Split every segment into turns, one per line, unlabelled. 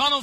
sono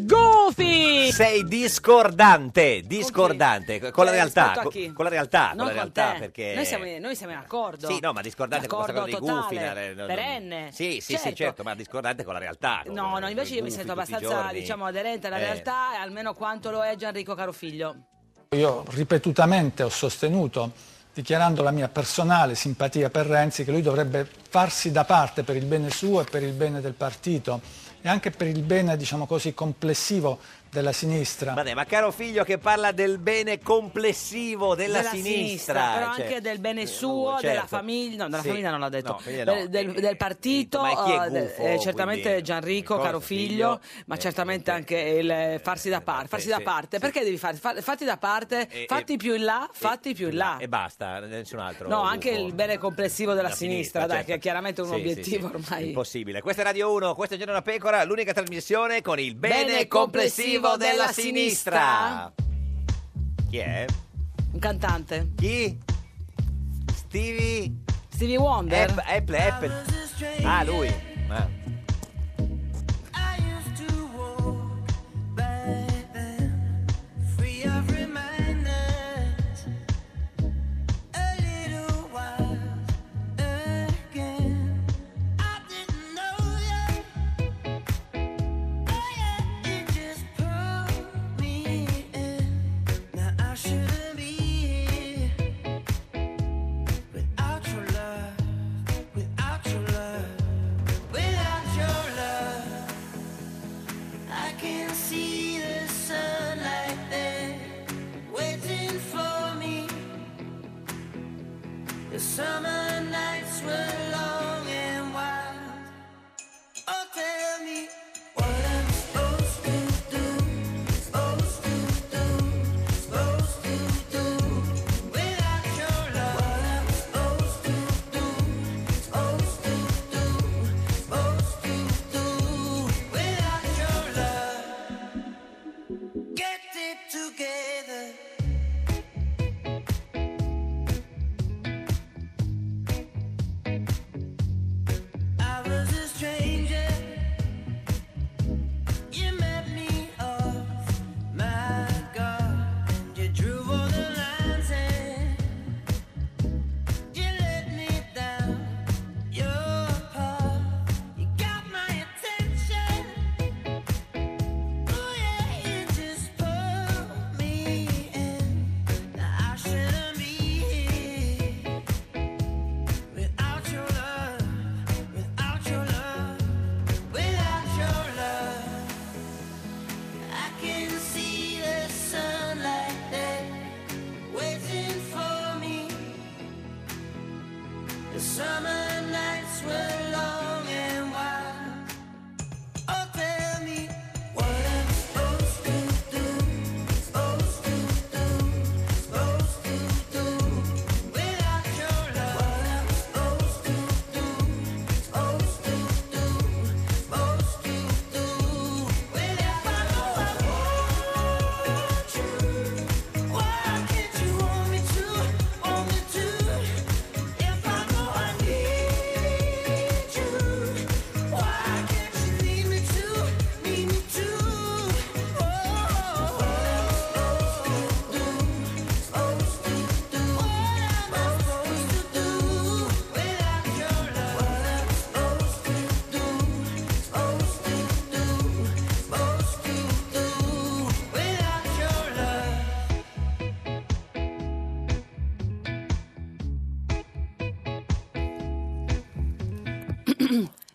Goofy!
Sei discordante, discordante con la
Eh,
realtà,
rispetto a
co-
chi?
con la realtà,
Non
con la
con
realtà
te.
perché Eh,
Noi siamo, noi siamo in accordo.
Sì, no, ma discordante con questa cosa
D'accordo
di gufi,
totale,
la re- no, no.
perenne.
Sì, sì, sì, certo, ma discordante con la realtà. con-
No, no, invece io mi
gufi
sento
eh, tutti i
abbastanza,
giorni.
diciamo, aderente alla
Eh.
realtà, almeno quanto lo è Gianrico Carofiglio.
Io ripetutamente ho sostenuto, dichiarando la mia personale simpatia per Renzi, che lui dovrebbe farsi da parte per il bene suo e per il bene del partito e anche per il bene, diciamo così, complessivo della sinistra.
Vabbè, ma caro figlio che parla del bene complessivo della,
Della sinistra, però
cioè-
anche del bene suo,
certo.
della famiglia, no, della
Sì.
famiglia non l'ho detto,
No, famiglia no.
del, del- del partito,
ma chi è
eh, del-
gufo,
eh, certamente
quindi?
Gianrico
Cosa, Eh,
Carofiglio, ma certamente anche il eh, farsi da parte, farsi da
sì, Eh,
parte, perché devi fare, fa- fatti da parte,
E-
fatti più in là, fatti più in là.
E basta, nessun altro.
No, anche
gufo.
il bene complessivo della
La
sinistra,
sinistra,
dai,
certo.
che è chiaramente un
Sì, sì,
obiettivo
sì.
ormai.
Impossibile. Questa è Radio 1, questo è Giorno da Pecora, l'unica trasmissione con il bene,
Bene
complessivo della sinistra.
sinistra.
Chi è?
Un cantante.
Chi? Stevie
Stevie Wonder.
Apple, Apple, Apple. Ah, lui. Ma-
Oh, Shouldn't be here without your love, without your love. Without your love, I can see the sunlight there waiting for me. The summer nights were long and wild. Oh, tell me what I'm supposed to do, supposed to do, supposed to do without your love. What I'm supposed to do, supposed to do, supposed to do without your love. Get it together. I was a stranger. You met me off my guard, and you drew all the lines, and you let me down your path. You got my attention. Oh yeah, you just pulled me in. Now I shouldn't be here without your love. Without your love, without your love, I can see the sunlight there waiting for me. The summer nights were long and wild. Oh, tell me what I'm supposed to do, supposed to do, supposed to do without your love. What I'm supposed to do, supposed to do, supposed to do without your love. want you, why can't you want me to, want me to? If I know I need you, why can't you need me to, need me to?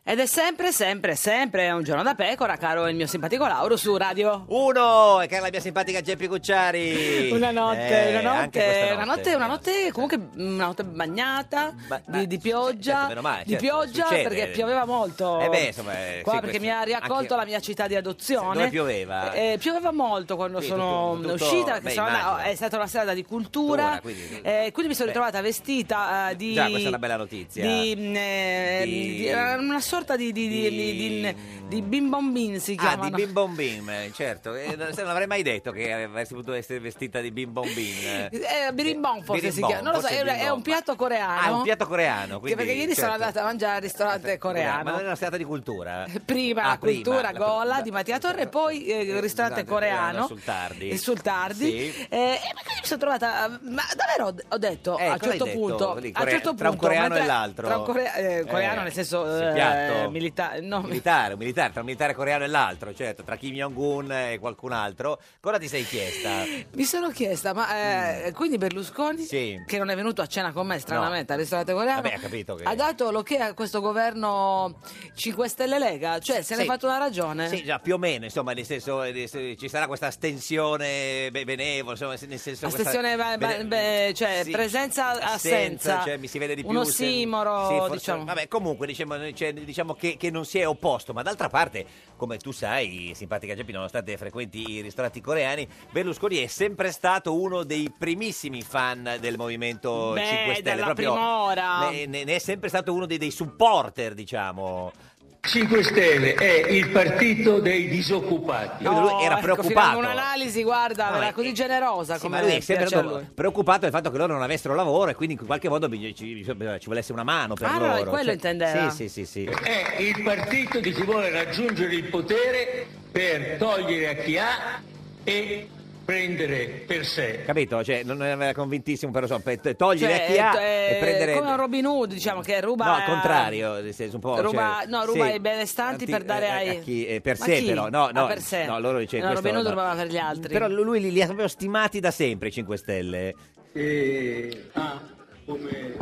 Ed è sempre, sempre, sempre un giorno da pecora, caro il mio simpatico Lauro su Radio.
Uno, e cara la mia simpatica Geppi Cucciari.
Una notte,
Eh,
una
anche
notte,
questa
una notte, una notte, comunque una notte bagnata di, di pioggia,
certo, meno male,
di
certo,
pioggia
succede.
perché pioveva molto.
Eh beh, insomma, eh,
qua
sì,
perché
questo-
mi ha riaccolto
anche-
la mia città di adozione.
Dove pioveva?
Eh, pioveva molto quando
Sì,
sono
tutto- tutto-
uscita, perché
beh,
sono
immagino.
andata- è stata una serata di cultura,
Cultura, quindi-
eh, quindi mi sono ritrovata vestita eh, di
Già, questa è una bella notizia.
di, mm, eh,
Di-
di- era una sorta di, di, di, di, di, di bim bom bin si
Ah,
chiamano
di Bim Bom Bim, eh, certo. Eh, no, se non avrei mai detto che avresti potuto essere vestita di Bim Bom Bim. eh.
Eh, birimbom forse si
Birimbom,
chiama non lo so
forse
è, è
birimbom.
un piatto coreano
Ah, è un piatto coreano.
Che-
Quindi,
perché ieri sono
certo. Ah,
andata a mangiare al ristorante
Ma non è
coreano
una serata di cultura.
prima
Ah,
la cultura
la-
gola di Mattia Torre poi eh, il ristorante coreano
esatto, Sul tardi.
e sul tardi
Sì.
Eh, e magari mi sono trovata eh, ma davvero ho- ho detto
Eh,
a un
cosa hai
certo
detto?
punto
Lì,
a un
corea-
certo
tra un
punto,
coreano
mentre-
e l'altro?
tra un corea- eh, coreano
Eh,
nel senso
sì,
eh,
piatto.
milita- no,
Militare, un militare, tra un militare coreano e l'altro, certo, tra Kim Jong-un e qualcun altro. Cosa ti sei chiesta?
mi sono chiesta ma eh, quindi Berlusconi
Mm. Sì.
che non è venuto a cena con me stranamente al ristorante coreano
Vabbè, ha capito che...
ha dato lo che a questo governo 5 Stelle Lega, cioè se ne è
Sì.
fatto una ragione.
Sì, già, più o meno, insomma, nel senso, eh, se- ci sarà questa astensione be- benevola, insomma, se- nel senso... questa-
Astensione, ba- ba-
bene-
beh, cioè
sì,
presenza assenza,
assenza, cioè, mi si vede di più
uno
se-
simoro,
sì, forse-
diciamo.
vabbè comunque diciamo, cioè, diciamo che, che non si è opposto ma d'altra parte come tu sai simpatica Geppi nonostante frequenti i ristoranti coreani Berlusconi è sempre stato uno dei primissimi fan del Movimento
Beh,
5 Stelle
dalla
proprio
primora.
ne, ne- ne è sempre stato uno dei, dei supporter diciamo
5 Stelle è il partito dei disoccupati.
Capito? lui era
ecco,
preoccupato.
finalmente Un'analisi, guarda,
No,
era
eh,
così generosa
Sì,
come
ma lui è sempre
piace a
stato
lui.
preoccupato del fatto che loro non avessero lavoro e quindi in qualche modo bisog- ci, ci volesse una mano per
Ah, no,
loro. cioè,
quello intendeva.
Sì, sì, sì, sì.
È il partito di chi vuole raggiungere il potere per togliere a chi ha e prendere per sé.
Capito? Cioè, non era convintissimo, però so, per t- togliere
Cioè,
a chi ha
eh,
e prendere...
come un Robin Hood, diciamo che ruba
No, al contrario, nel senso un po'...
ruba-
cioè,
no, ruba
sì,
ai benestanti
anti-
per dare
eh,
ai-
a chi, eh, per
Ma
sé
chi?
però, no,
Ah,
no,
per sé.
no, loro dice
No,
questo,
Robin Hood
no.
rubava per gli altri.
Però lui li, li aveva stimati da sempre i 5 Stelle.
E ha come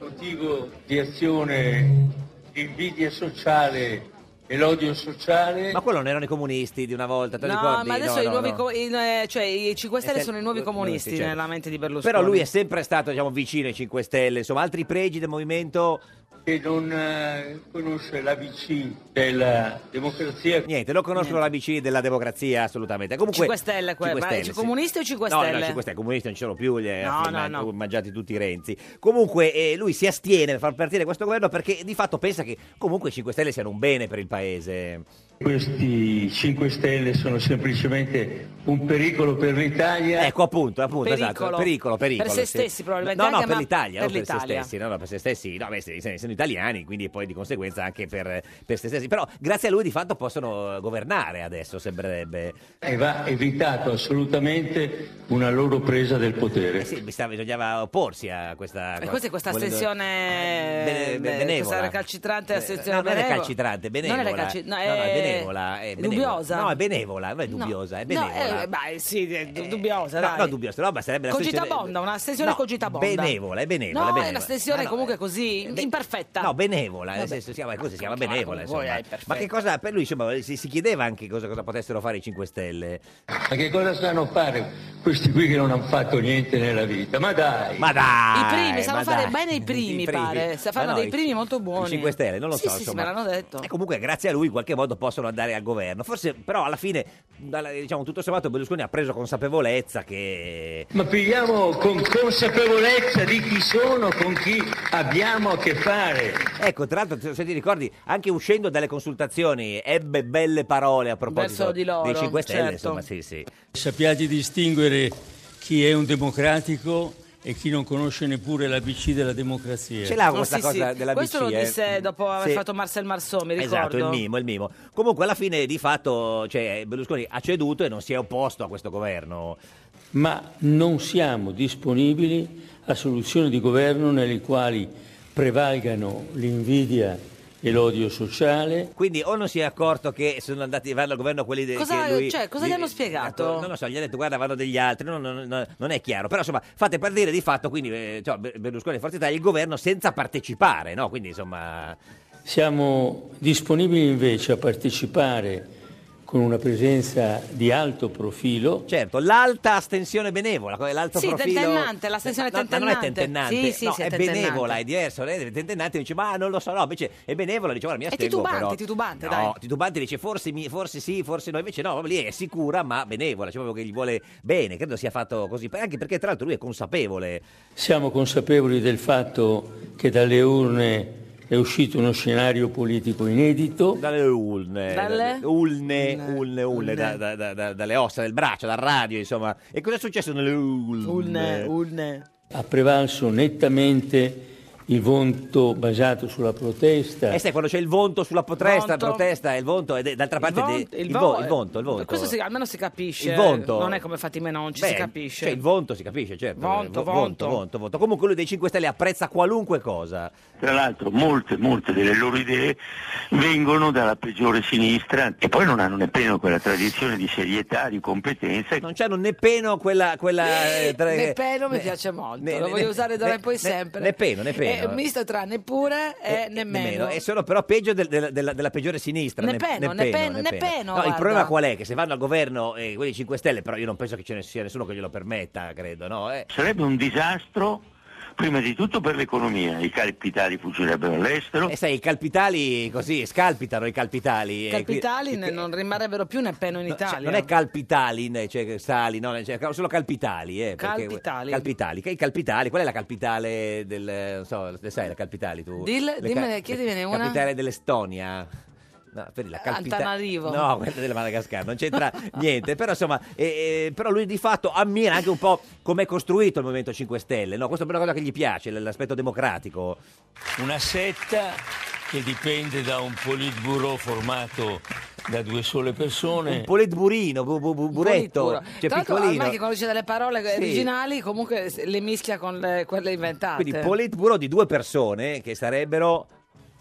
motivo di azione l'invidia sociale e l'odio sociale.
Ma quello non erano i comunisti di una volta, te lo
No,
ricordi?
ma adesso
No,
i
no,
nuovi
no.
co- i- eh, cioè i 5 Stelle
Eh,
sono i nuovi
certo.
comunisti
Sì, certo.
nella mente di Berlusconi.
Però lui è sempre stato diciamo, vicino ai 5 Stelle, insomma, altri pregi del movimento,
che non eh, conosce la VC della democrazia.
niente, non conoscono la BC della democrazia assolutamente. Comunque,
5 Stelle, que- ma i comunisti o 5
No,
Stelle?
no, i 5 Stelle, i comunisti non ci sono più, li
No,
ha
no,
man-
no.
mangiati tutti i Renzi. Comunque eh, lui si astiene per far partire questo governo perché di fatto pensa che comunque i 5 Stelle siano un bene per il paese.
Questi 5 Stelle sono semplicemente un pericolo per l'Italia.
Ecco, appunto, appunto, esatto.
Pericolo.
Pericolo, pericolo.
Per se
sì.
stessi, probabilmente,
No, no,
anche,
per
ma
l'Italia,
per
non per se
l'Italia.
stessi. No, no, per se stessi. No, beh, se- se- sono italiani, quindi poi di conseguenza anche per, per se stessi. Però grazie a lui di fatto possono governare adesso, sembrerebbe.
E va evitato assolutamente una loro presa del
Eh
potere.
sì, bisogna- bisognava opporsi a questa...
E questa è questa
volendo-
sessione
eh,
eh,
Bene- bene-
questa
benevola.
recalcitrante
Eh,
assenzione
no, non è
benevola.
calcitrante,
Non
benevola.
è recalci- no, eh,
No,
è,
no, è benevola, è benevola.
Dubbiosa.
No, è benevola, non è dubbiosa, è benevola.
No, eh, beh, sì, è du- dubbiosa,
No,
dai.
no, dubbiosa, no, ma sarebbe la sessione-
Cogitabonda, una sessione
No,
cogitabonda.
benevola, è benevola, è
No, è
benevola.
una sessione
Ma no,
comunque
eh,
così
be-
imperfetta.
No, benevola, nel
Vabbè.
senso, si chiama, così si chiama
Ma come
benevola.
vuoi,
insomma.
è perfetto.
Ma che cosa per lui insomma, si, si chiedeva anche cosa, cosa potessero fare i 5 Stelle.
Ma che cosa sanno fare questi qui che non hanno fatto niente nella vita? Ma dai!
Ma dai!
I primi, sanno
ma
fare
dai.
bene i primi, pare. Sa-
Ma
fanno dei
i-
primi molto buoni.
I 5 Stelle, non lo
Sì,
so.
sì, sì,
insomma.
me l'hanno detto.
E comunque, grazie a lui, in qualche modo possono andare al governo. Forse, però, alla fine, dalla- diciamo, tutto sommato, Berlusconi ha preso consapevolezza che.
Ma pigliamo con consapevolezza di chi sono, con chi abbiamo a che fare.
Ecco, tra l'altro, se ti ricordi, anche uscendo dalle consultazioni, ebbe belle parole a proposito
Verso di loro,
dei 5 Stelle.
certo.
Insomma, sì, sì.
Sappiate distinguere chi è un democratico e chi non conosce neppure l'ABC della democrazia.
Ce l'ha
No,
questa
Oh, sì,
cosa
sì.
della
Questo
BC,
lo
eh.
disse dopo aver
Sì.
fatto Marcel Marceau, mi ricordo.
Esatto, il mimo, il mimo. Comunque alla fine di fatto cioè, Berlusconi ha ceduto e non si è opposto a questo governo.
ma non siamo disponibili a soluzioni di governo nelle quali prevalgano l'invidia e l'odio sociale.
Quindi o non si è accorto che sono andati vanno al governo quelli de-
Cosa-
che lui-
cioè, cosa gli hanno spiegato?
Non lo so, gli ha detto guarda vanno degli altri, no, no, no, no, non è chiaro. Però insomma fate partire di fatto quindi eh, cioè, Ber- Berlusconi e Forza Italia il governo senza partecipare, no? Quindi insomma...
Siamo disponibili invece a partecipare con una presenza di alto profilo.
Certo, l'alta astensione benevola, co- l'alto
Sì,
profilo...
tentennante, la stensione
No, no, non è
tentennante.
tentennante.
Sì, sì,
no,
sì, è
è
tentennante.
benevola, è diverso. Lei è tentennante dice, ma non lo so, no, invece è benevola, dice, guarda, mi
È
astengo
titubante,
però.
titubante,
no,
dai.
titubante dice, forse, mi- forse sì, forse no, invece no, proprio lì è sicura, ma benevola, cioè proprio che gli vuole bene, credo sia fatto così, anche perché tra l'altro lui è consapevole.
Siamo consapevoli del fatto che dalle urne è uscito uno scenario politico inedito.
Dalle urne.
Dalle?
eh, Ulne, ulne, ulne, da- da- da- da- dalle ossa del braccio, dal radio, insomma. E cosa è successo nelle ulne?
Ha prevalso nettamente il voto basato sulla protesta.
Eh sai, quando c'è il vonto sulla potresta,
Vonto.
protesta, il vonto, e d'altra parte de-
von-
il,
von-
vo- il vonto, il vonto.
Questo si- almeno si capisce.
Il vonto.
Non è come Fatima non ci si
Beh,
capisce.
Cioè, il vonto si capisce, certo.
Vonto,
Eh,
vonto.
vo- vonto, vonto, vonto. Comunque lui dei 5 Stelle apprezza qualunque cosa.
Tra l'altro molte, molte delle loro idee vengono dalla peggiore sinistra e poi non hanno nemmeno quella tradizione di serietà, di competenza.
Non c'hanno nemmeno quella... quella eh, tra-
Neppeno mi piace molto,
ne-
lo voglio
ne-
usare d'ora
ne-
in poi
ne-
sempre. Eh,
neppeno, neppeno.
È misto tra neppure e nemmeno.
eh, Nemmeno, è solo però peggio del- del- della, della peggiore sinistra. ne-
Neppeno,
neppeno,
neppeno,
neppeno.
neppeno,
No, il
guarda.
problema qual è? Che se vanno al governo eh, quelli 5 Stelle, però io non penso che ce ne sia nessuno che glielo permetta, credo, no? Eh.
Sarebbe un disastro prima di tutto per l'economia, i capitali fuggirebbero all'estero.
E eh, sai, i calpitali così, scalpitano i calpitali.
I
eh,
Capitali
qui-
ne- non rimarrebbero più neppeno in
Cioè,
Italia.
non è Calpitalin, cioè che sali, no, cioè, solo Calpitali. Eh, perché-
Calpitali.
Calpitali. Che- i Calpitali, qual è la capitale del... eh, Non so, le sai la Calpitali tu?
Dil-
Le
dimmene, chiedimene una.
Capitale dell'Estonia. No, per la capita-
Altanarivo.
No, quella della Madagascar, non c'entra niente. Però insomma, eh, eh, però lui di fatto ammira anche un po' com'è costruito il Movimento 5 Stelle. No, questa è una cosa che gli piace, l- l'aspetto democratico.
Una setta che dipende da un politburo formato da due sole persone.
Un politburino, bu- bu- bu- buretto,
Puro.
cioè
Certo. Tra l'altro,
piccolino.
ormai che conosce delle parole
Sì.
originali, comunque se- le mischia con le- quelle inventate.
Quindi politburo di due persone che sarebbero...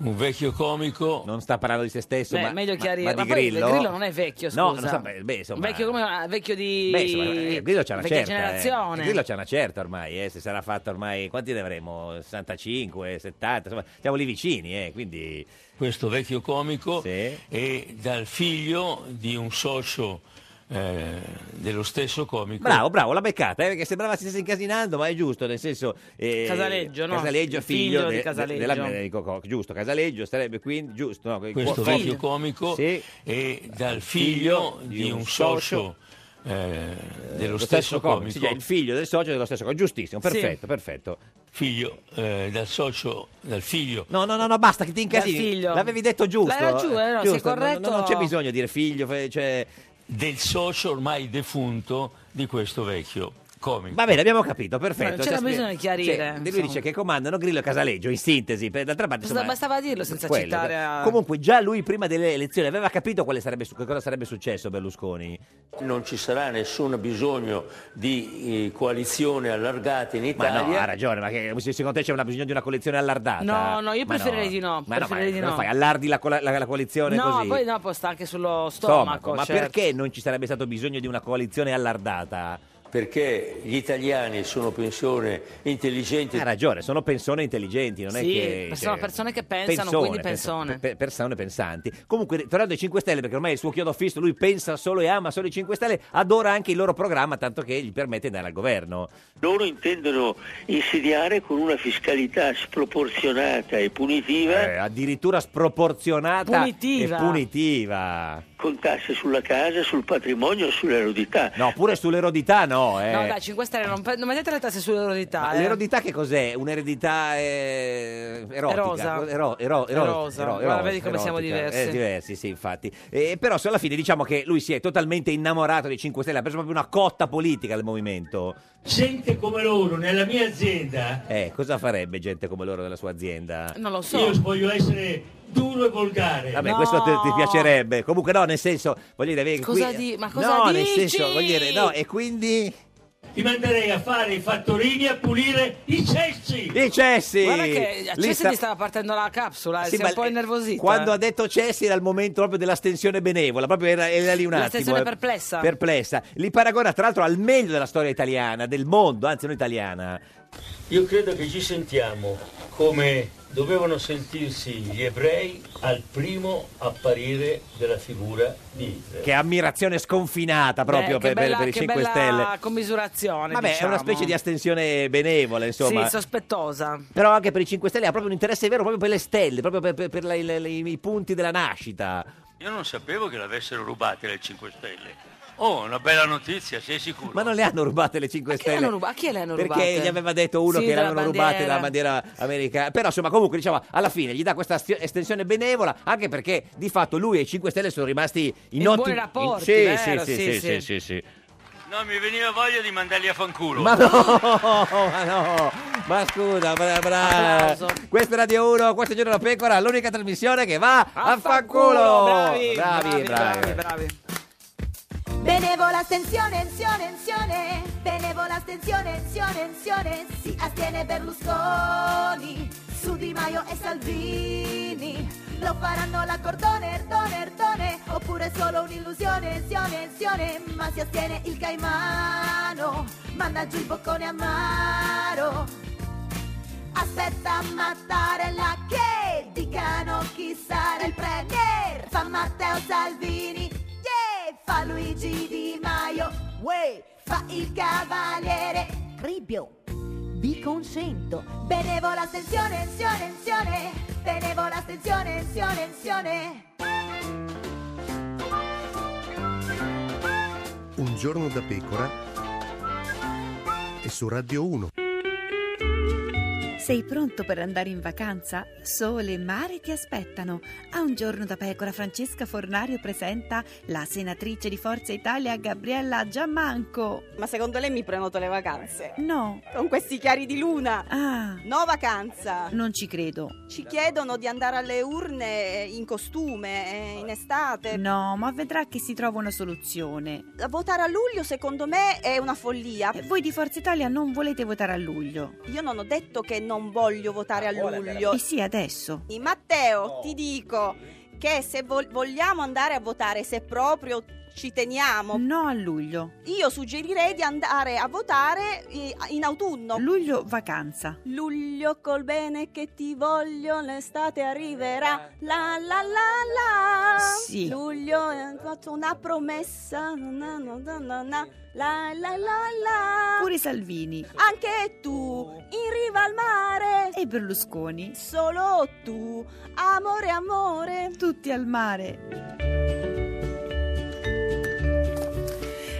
Un vecchio comico.
Non sta parlando di se stesso,
Beh,
ma,
meglio
ma-
chiarire.
ma di
poi
Grillo.
il Grillo non è vecchio, scusa.
No, non sta- beh, beh, insomma-
Vecchio come ah, vecchio di
Beh, insomma, eh, Grillo c'ha una
vecchia
certa. eh.
generazione.
Grillo c'ha una certa ormai, eh, se sarà fatta ormai... Quanti ne avremo? 65, 70, insomma, siamo lì vicini, eh, quindi...
questo vecchio comico e dal figlio di un socio eh, dello stesso comico.
Bravo, bravo, l'ha beccata, eh, perché sembrava si stesse incasinando, ma è giusto, nel senso... eh,
Casaleggio, no?
Casaleggio,
Il figlio
figlio,
di
de-
Casaleggio.
della- eh, co- co- giusto, Casaleggio sarebbe quindi... Giusto, no,
questo
co-
vecchio
figlio.
comico
Sì.
e dal figlio di un socio eh, dello stesso
Sì,
comico.
cioè, il figlio del socio è dello stesso comico, giustissimo,
Sì.
perfetto, perfetto.
Figlio eh, dal socio, dal figlio.
No, no, no, no, basta che ti incasini.
Dal figlio.
L'avevi detto giusto.
L'era giù, eh, no, sei
Giusto,
corretto.
no, no, non c'è bisogno di dire figlio, fe- cioè...
Del socio ormai defunto di questo vecchio comico.
Va bene, abbiamo capito, perfetto.
Ma c'era
Cioè,
bisogno di chiarire,
cioè, lui
insomma.
dice che comandano Grillo e Casaleggio, in sintesi. Per, d'altra parte,
Basta-
insomma, eh,
Bastava dirlo senza
quello.
citare. a-
Comunque, già lui prima delle elezioni aveva capito quale sarebbe su- che cosa sarebbe successo a Berlusconi.
Non ci sarà nessun bisogno di eh, coalizione allargata in
Ma
Italia.
no, ha ragione, ma che, se- secondo te c'è una- bisogno di una collezione allardata?
No, no, io
Ma
preferirei di no,
Ma no, ma
preferirei di
cosa
no.
fai? Allardi la, cola- la- la coalizione
no,
così?
poi dopo sta anche sullo stomaco.
Stomaco, ma
cioè-
perché non ci sarebbe stato bisogno di una coalizione allardata?
Perché gli italiani sono persone intelligenti.
Ha ragione, sono persone intelligenti, non è
Sì,
che...
ma sono
cioè,
persone che pensano, quindi
persone.
pensone.
pe- persone pensanti. Comunque, tornando ai 5 Stelle, perché ormai è il suo chiodo fisso, lui pensa solo e ama solo i 5 Stelle, adora anche il loro programma, tanto che gli permette di andare al governo.
Loro intendono insediare con una fiscalità sproporzionata e punitiva.
Eh, addirittura sproporzionata
Punitiva.
e punitiva.
con tasse sulla casa, sul patrimonio e sull'eredità.
No, pure sull'eredità no, eh.
No, dai, 5 Stelle, non, pe- non mettete le tasse sull'eredità. eh.
L'erodità che cos'è? Un'eredità eh, erotica?
Erosa.
Ero- ero- ero-
Erosa.
ero-
Guarda, vedi come siamo
erotica.
diversi.
Eh, diversi, sì, infatti. Eh, però se alla fine diciamo che lui si è totalmente innamorato dei 5 Stelle, ha preso proprio una cotta politica del movimento.
Gente come loro nella mia azienda,
Eh, cosa farebbe gente come loro nella sua azienda?
non lo so.
io voglio essere duro e volgare.
Vabbè, questo te- ti, piacerebbe. Comunque no, nel senso, voglio dire... qui-
Cosa di- ma cosa
No, nel
dici?
senso, voglio dire, no, e quindi...
Ti manderei a fare i fattorini a pulire i cessi.
I cessi!
Guarda che a
Lì
Cessi
sta-
gli stava partendo la capsula, eh, si
Sì,
è
ma
un po'
l-
innervosito.
Quando
eh.
ha detto Cessi era il momento proprio dell'astensione benevola, proprio era, era lì un attimo.
L'astensione
eh,
perplessa.
Perplessa. Li paragona tra l'altro al meglio della storia italiana, del mondo, anzi non italiana.
Io credo che ci sentiamo come dovevano sentirsi gli ebrei al primo apparire della figura di Hitler.
Che ammirazione sconfinata Ah, proprio
Beh, Eh, che
per, per-
bella-
per i
che
5
bella
Stelle.
commisurazione.
Vabbè, è
diciamo.
una specie di astensione benevola, insomma.
Sì, sospettosa.
Però anche per i 5 Stelle ha proprio un interesse vero proprio per le stelle, proprio per, per- per la- le- le- i punti della nascita.
Io non sapevo che l'avessero rubate le 5 Stelle. Oh, una bella notizia, sei sicuro?
Ma non le hanno rubate le 5
Chi le
Stelle.
hanno ruba- a chi le hanno
Perché
rubate?
gli aveva detto uno
Sì,
che
dalla
erano rubate
bandiera.
dalla bandiera americana. Però insomma, comunque, diciamo, alla fine gli dà questa asti- estensione benevola, anche perché di fatto lui e i 5 Stelle sono rimasti in,
In
ottimi
buoni rapporti,
Sì,
vero?
sì, sì,
Sì, sì.
sì, sì, sì, sì.
No, mi veniva voglia di mandarli a fanculo.
Ma no, ma no, ma scusa, bra, bra.
Applauso.
Questa è Radio 1, questo è Giorno della Pecora, l'unica trasmissione che va a fanculo.
Bravi,
bravi, bravi.
Benevola astensione, enzione, enzione, benevola astensione, enzione, enzione, si astiene Berlusconi, su Di Maio e Salvini, lo faranno la cordone, erdone, erdone, oppure solo un'illusione, enzione, enzione, ma si astiene il caimano, manda giù il boccone amaro. Aspetta Mattarella che dicano chi sarà il premier, fa Matteo Salvini Yeah! Fa Luigi Di Maio, uè, fa il cavaliere Cribbio. Vi consento. Benevola attenzione, enzione, enzione. Benevola attenzione, enzione, enzione.
Un giorno da pecora e su Radio 1.
Sei pronto per andare in vacanza? Sole e mare ti aspettano. A un giorno da pecora Francesca Fornario presenta la senatrice di Forza Italia Gabriella Giammanco.
Ma secondo lei mi prenoto le vacanze?
No, Ah.
Con questi chiari di luna? No vacanza!
non ci credo.
Ci chiedono di andare alle urne eh, in costume, eh, in estate.
No, ma vedrà che si trova una soluzione.
Votare a luglio secondo me è una follia.
Voi di Forza Italia non volete votare a luglio.
Io non ho detto che non voglio votare a luglio.
E sì, adesso.
Quindi, Matteo, ti dico che se vol- vogliamo andare a votare, se proprio ci teniamo,
No a luglio.
io suggerirei di andare a votare eh, in autunno.
Luglio vacanza.
Luglio col bene che ti voglio, l'estate arriverà. La la la la.
Sì.
Luglio eh, fatto una promessa. na, na, na, na, na. La la la la.
Pure Salvini.
Anche tu in riva al mare.
E Berlusconi.
Solo tu, amore, amore.
Tutti al mare.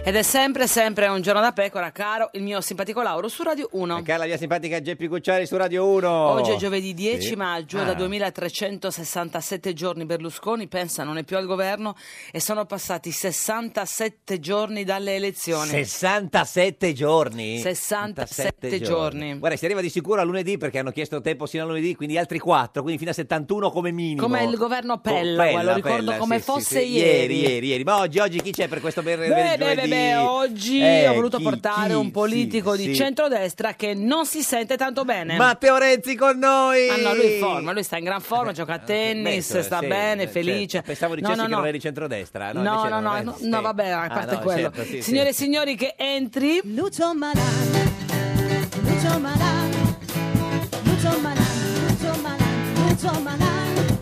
Ed è sempre, sempre un giorno da pecora, caro il mio simpatico Lauro su Radio 1.
E cara la mia Eh, simpatica Geppi Cucciari su Radio 1.
Oggi è giovedì 10
Sì.
maggio,
Ah.
da 2367 giorni Berlusconi pensa non è più al governo e sono passati 67 giorni dalle elezioni.
67 giorni
67 giorni.
guarda si arriva di sicuro a lunedì perché hanno chiesto tempo sino a lunedì quindi altri 4 quindi fino a 71 come minimo
Come il governo
Co-
Pella, lo ricordo
Pella,
come
Oh, sì, sì,
fosse
sì.
ieri.
ieri ieri ieri ma oggi oggi chi c'è per questo bel,
Beh,
bel
beh, beh,
giovedì?
beh, oggi
Eh,
ho voluto
chi-
portare
chi?
un politico
Sì,
di
sì.
centrodestra che non si sente tanto bene.
Matteo Renzi con noi
Ma no, lui è in forma, lui sta in gran forma, gioca a
Beh,
tennis,
insomma,
sta
sì,
bene,
eh,
felice.
certo. pensavo dicessi
no, no,
che
no.
non eri centrodestra no eh.
No, no,
invece
no,
non
no,
eri, sì.
no, vabbè, a parte
no,
quello.
certo, sì, sì.
Signore e signori, che entri.
Lucio Malan, Lucio Malan, Lucio Malan, Lucio Malan, Lucio Malan,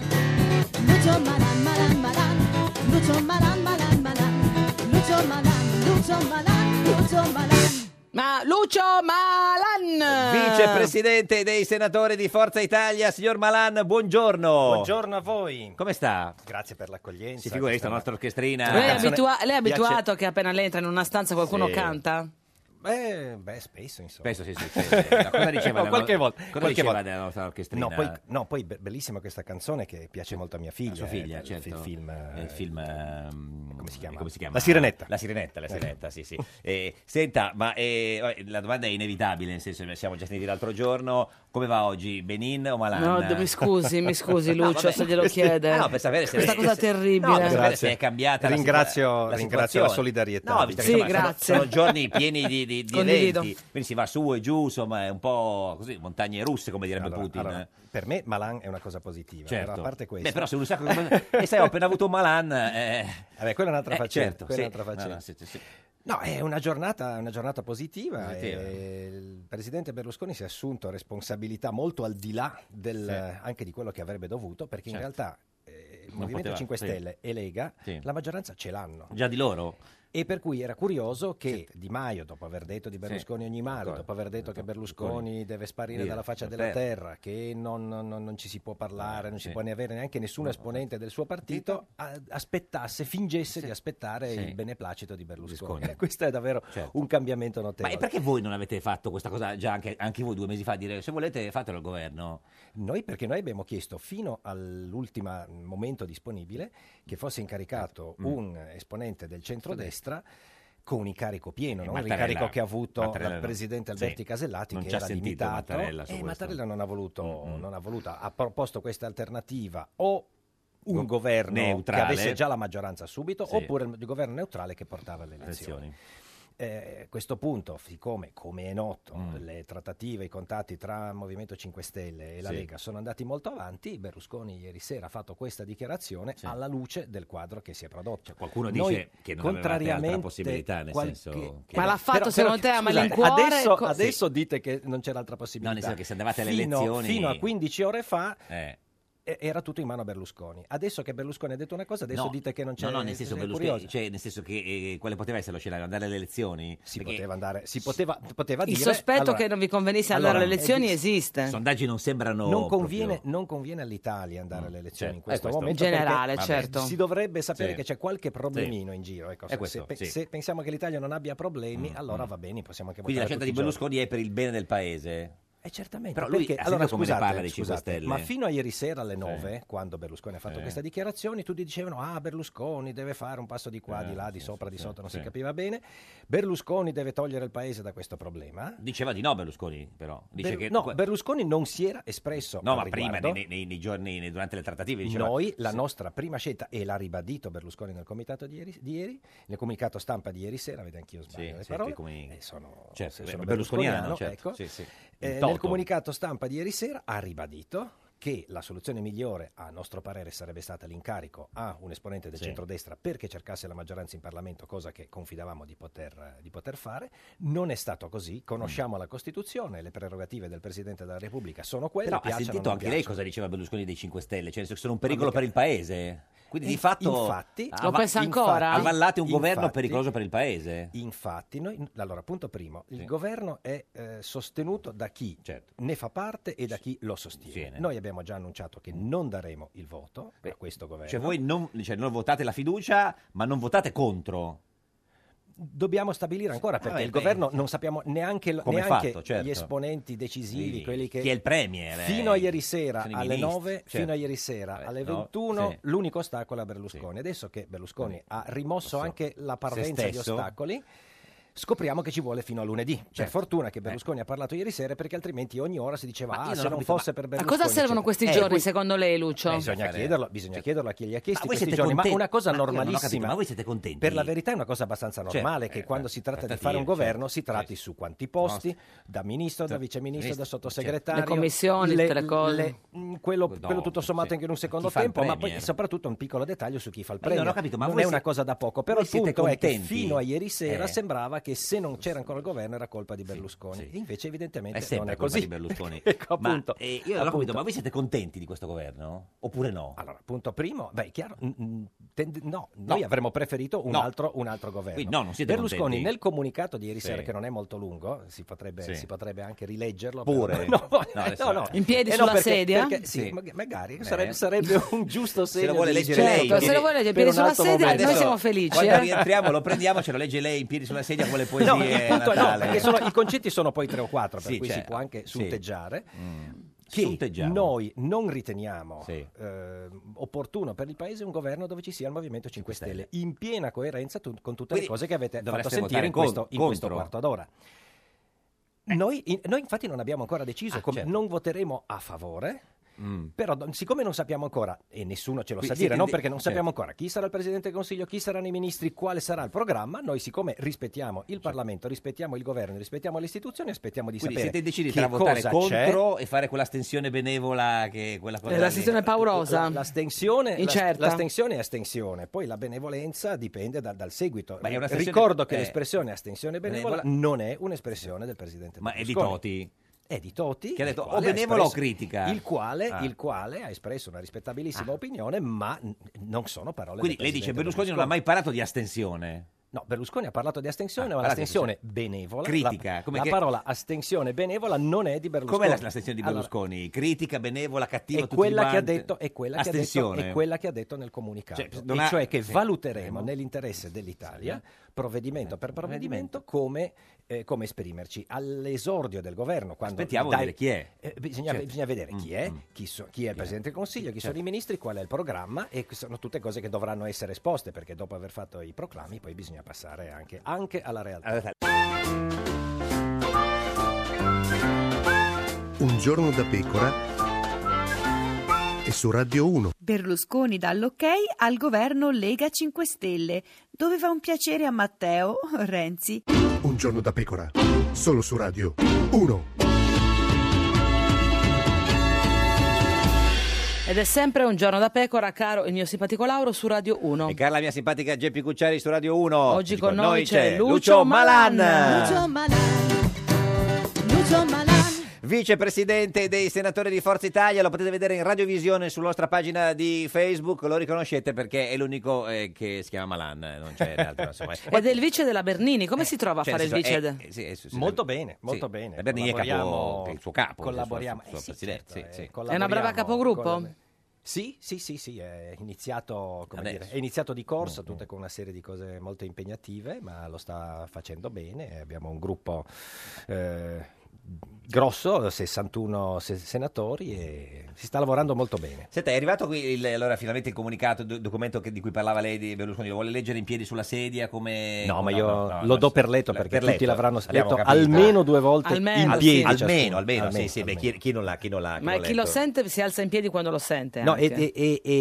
Lucio Malan, Malan, Malan, Lucio Malan, Malan, Malan, Lucio Malan, Lucio Malan, Lucio Malan.
Ma Lucio Malan!
Vicepresidente dei senatori di Forza Italia, signor Malan, buongiorno.
Buongiorno a voi.
Oh. Come sta?
Grazie per l'accoglienza.
Si figura questa nostra orchestrina.
Lei è,
canzone
abitua- lei è
piace-
abituato che appena lei entra in una stanza qualcuno
Sì.
canta?
Beh, Eh, beh, spesso insomma.
Spesso sì, sì, spesso, sì. No, cosa diceva
No,
la-
qualche volta.
cosa
qualche
diceva
volta.
della nostra orchestrina?
No, poi, no, poi be- bellissima questa canzone che piace molto a mia figlia.
La sua figlia,
eh,
certo.
Il film...
Eh, il film, ehm, come si chiama?
La Sirenetta.
La sirenetta, la sirenetta, sì, sì. Eh, senta, ma eh, vabbè, la domanda è inevitabile, nel senso, ne siamo già sentiti l'altro giorno. Come va oggi? Benin o Malan?
No, d- mi scusi, mi scusi,
No,
Lucio,
vabbè.
se glielo chiede.
Ah, no, per sapere se
Questa cosa terribile.
No, per sapere se
Grazie.
è cambiata la
Ringrazio-
situa- la
ringrazio
situazione.
la solidarietà.
No, visto che,
Sì,
insomma, sono-
grazie.
Sono, giorni pieni di, di, di
Condivido.
eventi, quindi si va su e giù, insomma, è un po' così, montagne russe, come direbbe
Allora,
Putin.
allora, per me Malan è una cosa positiva.
Certo.
Però a parte questo...
Beh, però se uno sa come- e sai, ho appena avuto un Malan... eh.
Vabbè, quella è un'altra
Eh,
faccenda.
certo,
quella
sì.
è un'altra faccenda.
No, no, sì, sì, sì.
No, è una giornata, una giornata positiva.
Positiva.
e il presidente Berlusconi si è assunto responsabilità molto al di là del-
Sì.
anche di quello che avrebbe dovuto, perché in
Certo.
realtà eh, il
Non
Movimento
poteva,
5
sì.
Stelle e Lega
Sì.
la maggioranza ce l'hanno.
Già di loro?
E per cui era curioso che Di Maio, dopo aver detto di Berlusconi ogni male,
Ancora.
dopo aver detto che Berlusconi
Berlusconi
deve sparire
via,
dalla faccia
dalla
della
terra.
terra, che non, non- non- non ci si può parlare, non si
Eh, sì.
può ne avere neanche nessun
No.
esponente del suo partito, a- aspettasse, fingesse di aspettare
Sì.
il beneplacito di Berlusconi.
Berlusconi. Certo.
Questo è davvero un cambiamento
Ma
notevole.
e perché voi non avete fatto questa cosa già anche, anche voi due mesi fa? Dire se volete fatelo al governo.
Noi perché noi abbiamo chiesto fino all'ultimo momento disponibile che fosse incaricato
Mm.
un esponente del centrodestra con un incarico pieno,
E
no? un
Eh, Mattarella-
incarico che ha avuto
Mattarella
dal
no.
presidente
Sì.
Alberti Casellati
Non
che
ci ha
era
sentito
limitato
Mattarella su
e
questo. Mm.
Mattarella non ha voluto, non ha voluto, ha proposto questa alternativa o un
Go-
governo
neutrale.
che avesse già la maggioranza subito
Sì.
oppure il governo neutrale che portava alle elezioni.
Elezioni.
Eh, a questo punto, siccome come è noto,
Mm.
le trattative, i contatti tra Movimento 5 Stelle e la
Sì.
Lega sono andati molto avanti, Berlusconi ieri sera ha fatto questa dichiarazione alla luce del quadro che si è prodotto.
Cioè, qualcuno
Noi,
dice che non avevate altra
contrariamente,
possibilità, nel
qualche-
senso che-
Ma l'ha fatto secondo te a
scusate,
malincuore?
Adesso,
Co-
adesso dite che non c'era altra possibilità.
No, nel senso che se andavate alle
Fino-
elezioni-
Fino a 15 ore fa
Eh.
e- era tutto in mano a Berlusconi. Adesso che Berlusconi ha detto una cosa, adesso
No,
dite che non c'è
No, no, nel senso,
siete
Berlusconi,
curiosi.
cioè, nel senso che eh, quale poteva essere lo scenario? Andare alle elezioni? Si
poteva andare, si poteva, poteva
Il sospetto che non vi convenisse allora,
eh,
alle elezioni esiste.
I sondaggi non sembrano.
eh, non conviene, non conviene all'Italia andare alle elezioni
certo.
in questo,
Eh, questo-
momento
In generale,
perché
certo.
si dovrebbe sapere
Sì.
che c'è qualche problemino in giro ecco,
È
se,
Eh, questo,
se pe-
sì.
se pensiamo che l'l'Italia non abbia problemi
Mm,
allora
mm.
va bene possiamo anche
Quindi la
votare
scelta di
tutti
Berlusconi
i giorni.
è per il bene del paese.
Eh, certamente,
Però lui
perché-
ha
allora,
sentito come ne
scusate,
parla dei 5
scusate,
Stelle. Eh.
ma fino a ieri sera alle 9 quando Berlusconi ha fatto
Sì.
queste dichiarazioni tutti dicevano ah Berlusconi deve fare un passo di qua
Eh,
di là di
sì,
sopra
sì,
di
sì,
sotto non
sì.
si capiva bene Berlusconi deve togliere il paese da questo problema
Diceva di no Berlusconi, però. Dice
Ber-
che-
no Berlusconi non si era espresso
No,
al
ma prima,
riguardo.
nei, nei- nei giorni, nei- durante le trattative, diceva...
Noi la nostra prima scelta, e l'ha ribadito Berlusconi nel comitato di ieri, di ieri, nel comunicato stampa di ieri sera, vede anch'io sbaglio
Sì,
le
sì,
parole,
che come-
eh, sono,
Certo,
se
beh,
sono
berlusconiano,
berlusconiano,
certo,
ecco.
sì, sì.
Eh,
In toto.
nel comunicato stampa di ieri sera ha ribadito che la soluzione migliore, a nostro parere, sarebbe stata l'incarico a un esponente del
Sì.
centrodestra perché cercasse la maggioranza in Parlamento, cosa che confidavamo di poter, di poter fare. Non è stato così, conosciamo
Mm.
la Costituzione, le prerogative del Presidente della Repubblica sono quelle.
Però ha
piacciono o
sentito
non
anche lei
piacciono.
cosa diceva Berlusconi dei 5 Stelle, cioè nel senso che sono un pericolo
mica-
per il paese. Quindi di
In-
fatto
infatti-
ava-
Lo pensa
infatti,
ancora?
avallate un governo
Infatti-
pericoloso per il paese.
Infatti, noi, allora, punto primo, il
Sì. Certo.
governo è eh, sostenuto da chi ne fa parte e da chi lo sostiene. Noi abbiamo già annunciato che non daremo il voto a questo governo.
Cioè voi non, cioè, non votate la fiducia, ma non votate contro.
Dobbiamo stabilire ancora perché
vabbè,
il
beh,
governo non sappiamo neanche,
Ah, come è
neanche
fatto, certo.
gli esponenti decisivi,
Sì,
quelli che...
chi è il premier, eh,
Fino a ieri sera
sono i
alle
ministri,
9,
certo.
fino a ieri sera alle
no,
21,
sì.
l'unico ostacolo è Berlusconi. Adesso che Berlusconi
Sì.
ha rimosso
Lo so.
anche la parvenza di
stesso.
ostacoli, scopriamo che ci vuole fino a lunedì. Per
Certo.
fortuna che Berlusconi ha parlato ieri sera perché altrimenti ogni ora si diceva
Ma io
ah,
non
se
ho
non
capito,
fosse
ma- Eh,
per
A
Berlusconi.
cosa servono
eccetera.
questi
Eh,
giorni
qui-
secondo lei, Lucio?
Bisogna chiederlo, bisogna chiederlo a chi gli ha chiesti
voi
questi
siete
giorni, ma
contenti-
una cosa
ma io non ho capito,
normalissima.
ma voi siete contenti?
Per la verità è una cosa abbastanza
Certo,
normale
eh,
che quando si tratta di
trattative,
fare un
certo,
governo si tratti su quanti posti, da ministro, da
Certo,
viceministro, da
certo.
sottosegretario,
Le commissioni, tutte le cose.
mm, quello,
No,
quello tutto sommato
sì.
anche in un secondo
Chi fa il
tempo, ma poi
premier?
soprattutto un piccolo dettaglio su chi fa il
Ma io non
premio.
ho capito, ma voi
è
se-
una cosa da poco, però
voi
il
siete
punto è che
contenti?
fino a ieri sera
Eh.
sembrava che se non c'era ancora il governo era colpa di Berlusconi,
sì.
invece evidentemente
È
non
sempre
è
colpa
così.
di Berlusconi.
Ecco,
ma,
appunto.
eh, io non ho
Appunto.
capito, ma voi siete contenti di questo governo? Oppure no?
Allora, punto primo, beh, è chiaro, mm, mm, tend- no, noi avremmo preferito un,
No.
altro, un altro governo.
Quindi no, non siete
Berlusconi
contenti.
nel comunicato di ieri
Sì.
sera, che non è molto lungo, si potrebbe,
Sì.
si potrebbe anche rileggerlo.
Pure?
però- no,
No,
eh,
adesso-
no, no.
In piedi
Eh no,
sulla
perché-
sedia?
perché- sì,
Sì.
ma- magari
Beh.
sarebbe, sarebbe un giusto
Se
segno
lo vuole
di-
leggere lei,
Certo, se lo vuole leggere
per
piedi
un
sulla
altro
sedia, noi
momento.
siamo felici,
Quando
eh.
rientriamo lo prendiamo, ce lo legge lei in piedi sulla sedia con le
No,
poesie
il punto è- no,
Natale.
perché sono- i concetti sono poi tre o quattro, per
Sì,
cui si
certo.
può anche
Sì. Mm.
sunteggiare. Che
Sunteggiamo.
noi non riteniamo
Sì.
eh, opportuno per il paese un governo dove ci sia il Movimento 5 Stelle, in piena coerenza tu- con tutte
Quindi
le cose che avete fatto
dovreste
sentire in
votare con-
questo, in questo
contro. Eh.
quarto d'ora. Noi, in- noi infatti non abbiamo ancora deciso,
Ah,
come-
certo.
non voteremo a favore.
Mm.
Però do- siccome non sappiamo ancora, e nessuno ce lo
Qui
sa
siete
dire, non
de-
perché non
certo.
sappiamo ancora chi sarà il Presidente del Consiglio, chi saranno i ministri, quale sarà il programma, noi siccome rispettiamo il Parlamento, rispettiamo il Governo, rispettiamo le istituzioni, aspettiamo di
Quindi
sapere
siete decidi
che
tra votare
cosa Eh,
contro e fare quell'astensione benevola che quella cosa
c'è.
lì.
La- L'astensione, la,
Incerta.
l'astensione è astensione, poi la benevolenza dipende da- dal seguito.
Ma è un'astensione-
Ricordo che
eh,
l'espressione astensione benevola,
benevola-
non è un'espressione del Presidente
Ma è di
Berlusconi.
Toti?
È di Toti.
Che ha
il
detto,
quale
o benevola o
espresso-
critica.
Il quale,
Ah.
il quale ha espresso una rispettabilissima opinione, ma n- non sono parole
Quindi
del
lei dice
Presidente
Berlusconi non ha mai parlato di astensione.
No, Berlusconi ha parlato di astensione,
Ah,
ma
parlate di
l'astensione benevola.
Critica,
La,
come
la
che-
parola astensione benevola non è di Berlusconi.
Com'è la, l'astensione di
Allora,
Berlusconi? Critica, benevola, cattiva,
è quella che ha detto è quella che ha detto, è quella che ha detto nel comunicato
Cioè, non
e
ha-
cioè che
sì.
valuteremo nell'interesse dell'Italia provvedimento per
Provvedimento.
provvedimento come, eh, come esprimerci all'esordio del governo quando
Aspettiamo a
dai-
vedere chi è.
Eh, bisogna,
Certo.
bisogna vedere chi è
Mm, mm.
chi, so- chi è il Presidente del Consiglio chi
Certo.
sono i ministri qual è il programma e que- sono tutte cose che dovranno essere esposte perché dopo aver fatto i proclami poi bisogna passare anche, anche alla realtà
Un giorno da pecora e su Radio 1.
Berlusconi dà l'ok al governo Lega 5 Stelle. Doveva un piacere a Matteo Renzi.
Un giorno da pecora, solo su Radio 1.
Ed è sempre un giorno da pecora, caro il mio simpatico Lauro su Radio 1.
E cara la mia simpatica Geppi Cucciari su Radio 1.
Oggi con noi c'è Lucio Malan.
Lucio Malan, Lucio Malan.
Vicepresidente dei senatori di Forza Italia, lo potete vedere in radiovisione sulla nostra pagina di Facebook, lo riconoscete perché è l'unico eh, che si chiama Malan, eh, non c'è l'altro. Insomma.
Ed è il vice della Bernini, come si trova a
Cioè,
fare il
nel
vice?
senso,
de-
è- è- sì, è- sì,
molto
la-
bene molto
sì,
bene
La Bernini è capo,
Collaboriamo-
è il suo capo.
collaboriamo
il suo- il suo
eh sì,
presidente,
certo,
sì,
eh,
sì.
È una brava capogruppo?
con- Sì, sì, sì, sì, è iniziato, come
Adesso.
dire, è iniziato di
Mm,
corsa, tutte con una serie di cose molto impegnative, ma lo sta facendo bene. Abbiamo un gruppo eh, grosso, 61 se- senatori e si sta lavorando molto bene.
Senta, è arrivato qui il- allora finalmente il comunicato, il documento che- di cui parlava lei di Berlusconi, lo vuole leggere in piedi sulla sedia come...
No, ma
no,
io
no, no,
lo
no,
do per letto
la-
perché
per
tutti
letto,
l'avranno
abbiamo
letto
capito.
almeno due volte
Almeno,
in piedi.
sì.
ciascuno.
Almeno, almeno, sì, sì, beh,
almeno.
chi, chi non l'ha, chi non l'ha,
Ma
non l'ha
chi lo
letto.
sente si alza in piedi quando lo sente.
No,
anche.
e, e- e-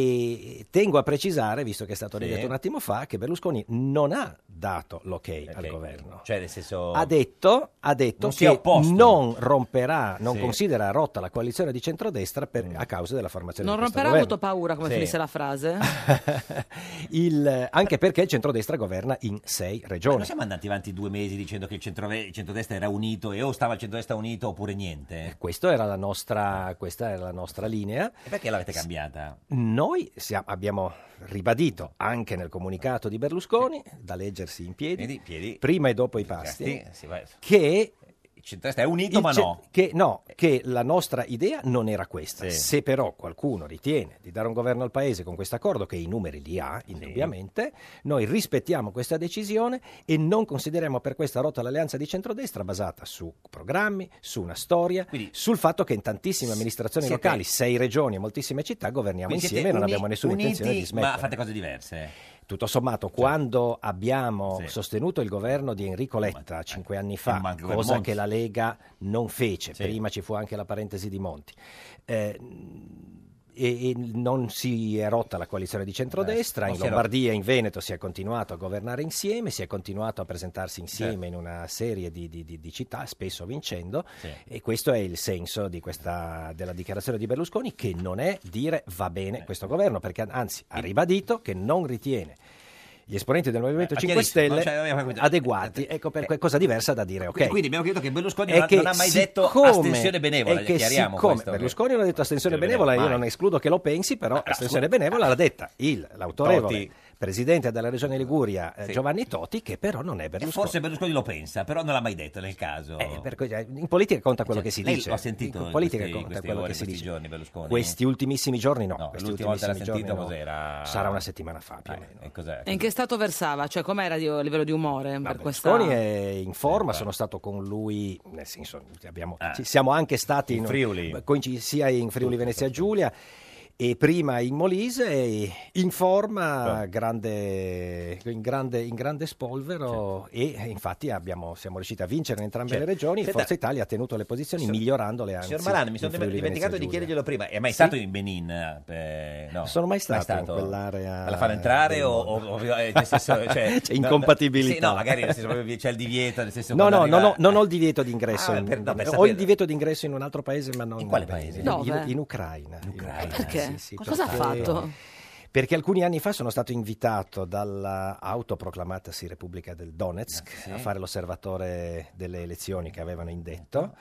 e tengo a precisare, visto che è stato
Sì.
detto un attimo fa, che Berlusconi non ha dato l'ok al governo.
Cioè, nel senso...
Ha detto, ha detto
Non si è
che
opposto.
non romperà, non
Sì. Mm.
considera rotta la coalizione di centrodestra per- a causa della
cioè,
formazione
Non
di
romperà,
questo
ha
governo.
avuto paura come
Sì.
finisse la frase.
Ah,
Il- eh, anche perché il centrodestra governa in sei
Ma
regioni.
non siamo andati avanti due mesi dicendo che il, centrove- il centrodestra era unito e o stava il centrodestra unito oppure niente?
Questo era la nostra, questa era la nostra linea.
E perché l'avete cambiata?
Noi siamo- abbiamo ribadito anche nel comunicato di Berlusconi, da leggersi in piedi,
Piedi, piedi.
prima e dopo i pasti,
Sì, sì, vai.
che
Il centrodestra è unito
il
ma
ce-
no.
Che, no, che la nostra idea non era questa.
Sì.
Se però qualcuno ritiene di dare un governo al paese con questo accordo, che i numeri li ha indubbiamente, noi rispettiamo questa decisione e non consideriamo per questa rotta l'alleanza di centrodestra basata su programmi, su una storia, sul fatto che in tantissime amministrazioni
siete-
locali, sei regioni e moltissime città, governiamo
Quindi
insieme
siete
e non
uni-
abbiamo nessuna
uniti,
intenzione di smettere.
ma fate cose diverse.
Tutto sommato, quando abbiamo
Sì. eh,
sostenuto il governo di Enrico Letta cinque anni fa,
ma anche quello
cosa
Monti.
che la Lega non fece,
Sì.
prima ci fu anche la parentesi di Monti. eh, e, e non si è rotta la coalizione di centrodestra,
Eh, Non
in
si è
Lombardia e in Veneto si è continuato a governare insieme, si è continuato a presentarsi insieme
Certo.
in una serie di, di- di- di città, spesso vincendo,
Sì.
e questo è il senso di questa- della dichiarazione di Berlusconi, che non è dire va
Eh.
bene questo governo, perché anzi ha ribadito che non ritiene gli esponenti del Movimento
Eh, ma
5
chiarissimo,
Stelle
non c'è- abbiamo capito.
adeguati, ecco per cosa diversa da dire, ok?
Quindi- Quindi abbiamo detto che Berlusconi
È
non, ha-
che
non ha mai detto
siccome-
astensione benevola,
è che
chiariamo
siccome
questo.
Berlusconi non ha detto astensione benevola, io non escludo che lo pensi, però astensione benevola l'ha detta il, l'autorevole
Totti.
presidente della regione Liguria eh,
Sì.
Giovanni Totti, che però non è
E
Berlusconi.
forse Berlusconi lo pensa, però non l'ha mai detto nel caso.
Eh, per cui, eh, in politica conta quello che si
Cioè, Lei
dice.
l'ha sentito
in
in
politica
questi-
conta
queste
quello
ore,
che si
questi
dice.
giorni, Berlusconi?
Questi ultimissimi giorni no, questi
l'ultima volta l'ha
ultimissimi
sentito
giorni no.
cos'era? Eh,
Sarà una settimana fa più o meno.
E cos'è?
E in che stato versava? Cioè, com'era di- a livello di umore? per questa...
Berlusconi è in
Eh,
forma, sono stato con lui, nel senso abbiamo,
Ah.
ci- siamo anche stati
In Friuli.
coinci- sia in Friuli Venezia Giulia e prima in Molise, e in forma, grande- in, grande, in grande spolvero e eh, infatti abbiamo- siamo riusciti a vincere in entrambe
Certo.
le regioni.
Senta-
Forza Italia ha tenuto le posizioni
Signor-
migliorandole anche.
Signor Malan, mi sono dimenticato di chiederglielo prima. È mai
Sì.
stato in Benin? eh, no.
Non sono mai stato in quell'area
Ma La fanno entrare
del
o,
mondo.
o- o- eh, nel senso, cioè,
C'è
no, no,
incompatibilità.
sì, No, magari nel senso, proprio c'è il divieto. Nel senso,
No,
quando
no,
arriva-
non ho, non ho il divieto d'ingresso.
Ah,
in-
per- no, per
ho
sapere.
il divieto d'ingresso in un altro paese, ma non
In quale
bene.
paese?
In-
Dove?
In, Ucraina. In Ucraina,
Perché?
sì, sì,
Cosa ha
perché-
fatto?
Perché alcuni anni fa sono stato invitato dalla autoproclamatasi Repubblica del Donetsk
Ah, Sì.
a fare l'osservatore delle elezioni che avevano indetto.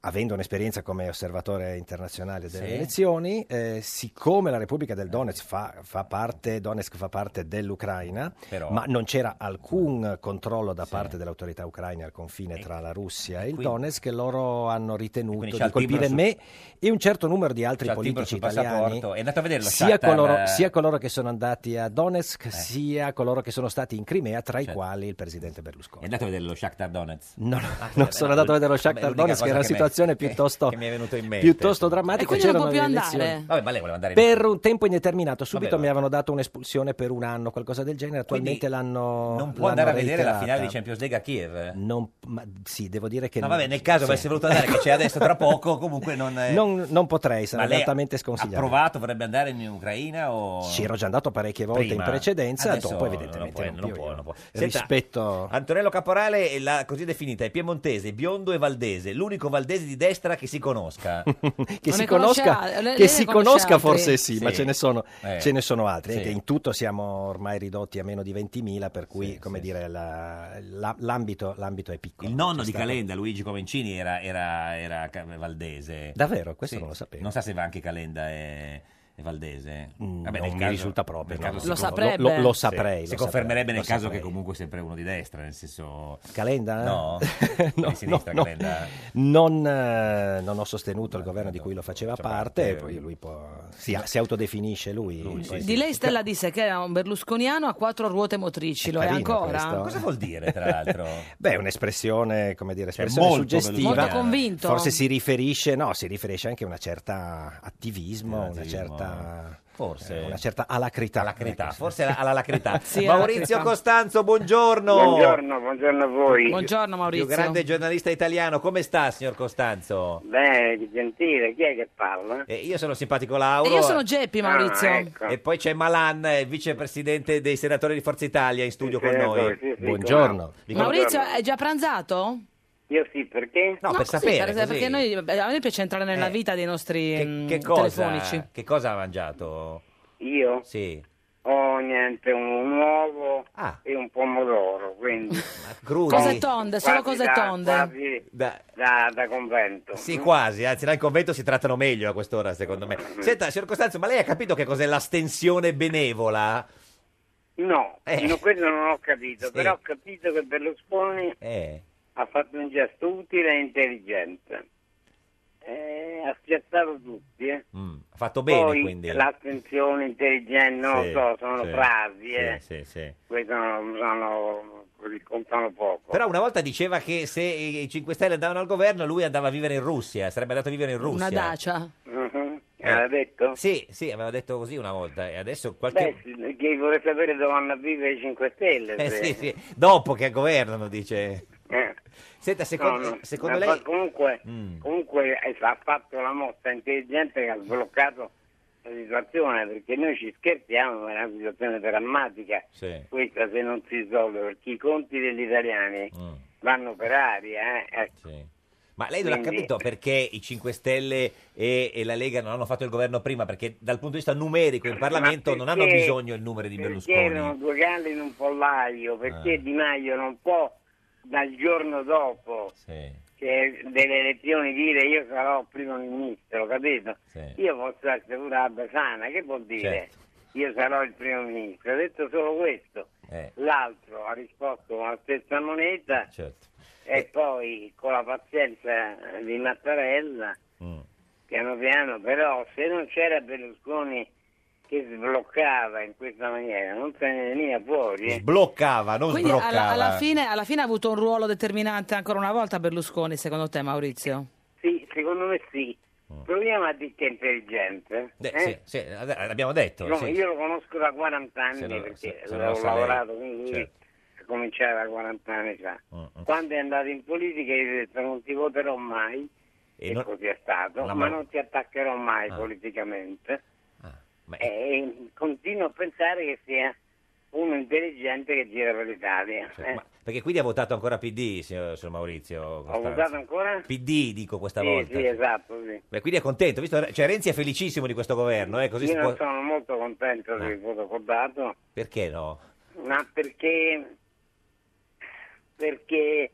Avendo un'esperienza come osservatore internazionale delle
Sì.
elezioni, eh, siccome la Repubblica del Donetsk fa, fa parte, Donetsk fa parte dell'Ucraina,
Però-
ma non c'era alcun controllo da parte dell'autorità ucraina al confine tra la Russia e il
quindi-
Donetsk, che loro hanno ritenuto
quindi
di
c'ha il timbro
colpire
su-
me e un certo numero di altri
c'ha il timbro
politici
sul
italiani,
passaporto. È andato a vedere lo Eh.
sia
Shakhtar,
coloro,
eh?
sia coloro che sono andati a Donetsk, sia coloro che sono stati in Crimea, tra i
Certo.
quali il presidente Berlusconi.
È andato a vedere lo Shakhtar Donetz?
No, no,
Ah,
non
eh,
sono
beh,
andato a vedere lo
vabbè,
Shakhtar
l'unica
Donetsk, che
cosa
era una
che mi-
situazione
che-
piuttosto,
che mi è venuto in mente.
piuttosto drammatica.
E quindi non
c'erano
può più
le elezioni.
andare? Vabbè, ma lei voleva andare in-
Per un tempo indeterminato, subito
Vabbè,
mi avevano dato un'espulsione per un anno, qualcosa del genere, attualmente l'hanno
Non può andare a
l'hanno
vedere la
reiterata.
finale di Champions League a Kiev?
Non, ma sì, devo dire che
No,
no.
vabbè, nel caso
Sì.
avesse voluto andare, che c'è adesso tra poco, comunque non... eh,
non, non potrei,
ma
sarebbe
lei
altamente
Ha
sconsigliato.
provato, vorrebbe andare in Ucraina o...
Ci ero già andato parecchie volte
Prima.
in precedenza,
Adesso
dopo
non
evidentemente
può,
non,
non
più,
può,
io
non può. Senta,
Rispetto...
Antonello Caporale è la così definita, è piemontese, biondo e valdese, l'unico valdese di destra che si conosca.
che
Non
si
ne conosce
conosca,
al- lei-
che
lei
si
ne conosce
conosca
altri?
forse sì, ma
Sì.
ce ne sono,
Eh.
ce ne sono altri.
Sì.
eh, che in tutto siamo ormai ridotti a meno di 20.000, per cui come dire, la- la- l'ambito, l'ambito è piccolo.
Il nonno di
C'è stato-
Calenda, Luigi Comencini, era, era- era ca- valdese.
Davvero? Questo non lo sapevo.
Non sa se va anche Calenda è, è valdese.
Mm, non mi risulta proprio,
nel
no.
caso
Lo
si
saprebbe? Lo- lo- lo saprei,
Si
lo
confermerebbe
saprei,
nel
lo
caso
saprei.
che comunque è sempre uno di destra, nel senso...
Calenda? eh?
No,
No,
di sinistra
no, no.
Calenda.
Non, eh, non ho sostenuto il governo di cui lo faceva parte,
parte,
e poi lui può, si, si autodefinisce lui. Poi-
Di lei Stella disse che era un berlusconiano a quattro ruote motrici, lo è
Carino
ancora?
questo.
Cosa
vuol dire, tra l'altro? Cioè,
Beh, è un'espressione, come dire, espressione
molto
suggestiva.
Molto convinto.
Forse si riferisce, no, si riferisce anche a una certa attivismo,
Eh,
una
attivismo.
certa...
Forse.
eh, Una certa alacrità.
Alacrità,
Ecco, sì.
forse alla- alla lacrità.
Sì,
Maurizio
alacrità.
Costanzo, buongiorno.
Buongiorno, buongiorno a voi.
Buongiorno Maurizio.
Più grande giornalista italiano, come sta signor Costanzo?
Beh, di gentile, chi è che parla?
Eh, io sono simpatico Lauro.
E io sono Geppi, Maurizio.
Ah, ecco.
E poi c'è Malan, eh, vicepresidente dei senatori di Forza Italia, in studio con
senatore,
noi.
sì, sì,
Buongiorno.
Vi con-
Maurizio, è già pranzato?
Io sì, perché?
No, per
così, cioè,
sapere, così.
perché noi, a me piace entrare nella
Eh,
vita dei nostri mm,
Che cosa,
telefonici.
che cosa ha mangiato?
Io
Sì.
ho niente, un uovo e un pomodoro, quindi...
Ah. Crudi?
Cose tonde, solo
Quasi
cose
da-
tonde.
quasi
Da-
da, da convento. Mm?
Sì, quasi, anzi, là in convento si trattano meglio a quest'ora, secondo me.
Mm-hmm.
Senta, signor Costanzo, ma lei ha capito che cos'è l'astensione benevola?
No,
Eh.
no, questo non ho capito,
Sì.
però ho capito che Berlusconi
Eh.
ha fatto un gesto utile e intelligente. Eh, ha spiazzato tutti, eh.
Mm, ha fatto bene,
Poi,
quindi.
l'attenzione intelligente, non
Sì,
lo so, sono
sì,
frasi,
sì,
eh.
sì, sì.
Queste non sono, contano poco.
Però una volta diceva che se i 5 Stelle andavano al governo, lui andava a vivere in Russia, sarebbe andato a vivere in Russia.
Una dacia.
Mhm.
Eh.
Aveva detto?
Sì, sì, aveva detto così una volta e adesso
Beh,
qualche...
sì, che vorrei sapere dove vanno a vivere i 5 Stelle.
Eh,
se-
sì, sì, dopo che governano, dice.
Eh.
Senta, secondo,
No, no,
secondo
ma
lei...
Comunque,
Mm.
comunque eh, ha fatto la mossa intelligente che ha sbloccato la situazione, perché noi ci scherziamo, ma è una situazione drammatica.
Sì.
Questa se non si risolve, perché i conti degli italiani vanno per aria. eh, ecco.
Mm. Ma lei non ha
Quindi-
capito perché i 5 Stelle e, e la Lega non hanno fatto il governo prima? Perché dal punto di vista numerico in Parlamento non hanno
perché-
bisogno il numero di
Perché erano
Berlusconi.
due galli in un pollaio? Perché
Eh.
Di Maio non può dal giorno dopo
Sì,
che delle elezioni dire io sarò primo ministro, capito?
sì.
Io posso essere pure la Basana, che vuol dire?
Certo.
Io sarò il primo ministro, ha detto solo questo.
Eh,
L'altro ha risposto con la stessa moneta
certo.
e poi con la pazienza di Mattarella,
Mm.
piano piano, però se non c'era Berlusconi che sbloccava in questa maniera, non se ne veniva fuori. eh.
Sbloccava, non
Quindi alla,
sbroccava.
alla fine, alla fine ha avuto un ruolo determinante ancora una volta Berlusconi, secondo te Maurizio?
Sì, secondo me sì, Proviamo a dire che è intelligente.
Mm. Beh,
eh?
sì, sì, ad- l'abbiamo detto.
No,
sì.
Io lo conosco da 40
Se
anni
non-
perché
se- se non
ho
lo sa lei.
lavorato con lui,
Certo. Mm,
cominciava da 40 anni fa. Quando è andato in politica gli ho detto non ti voterò mai,
E
e
non-
così è stato,
La
ma
ma-
non ti attaccherò mai
Ah.
politicamente. E continuo a pensare che sia uno intelligente che gira per l'Italia.
Cioè,
eh.
Perché quindi ha votato ancora PD, signor, signor Maurizio.
Ho
Costanzo.
votato ancora?
PD, dico questa
sì,
volta.
sì, esatto, sì.
Beh, quindi è contento, visto? Cioè, Renzi è felicissimo di questo governo, eh? Così si
Io
può- Ah.
non sono molto contento del voto che ho dato,
Perché no?
ma perché, perché,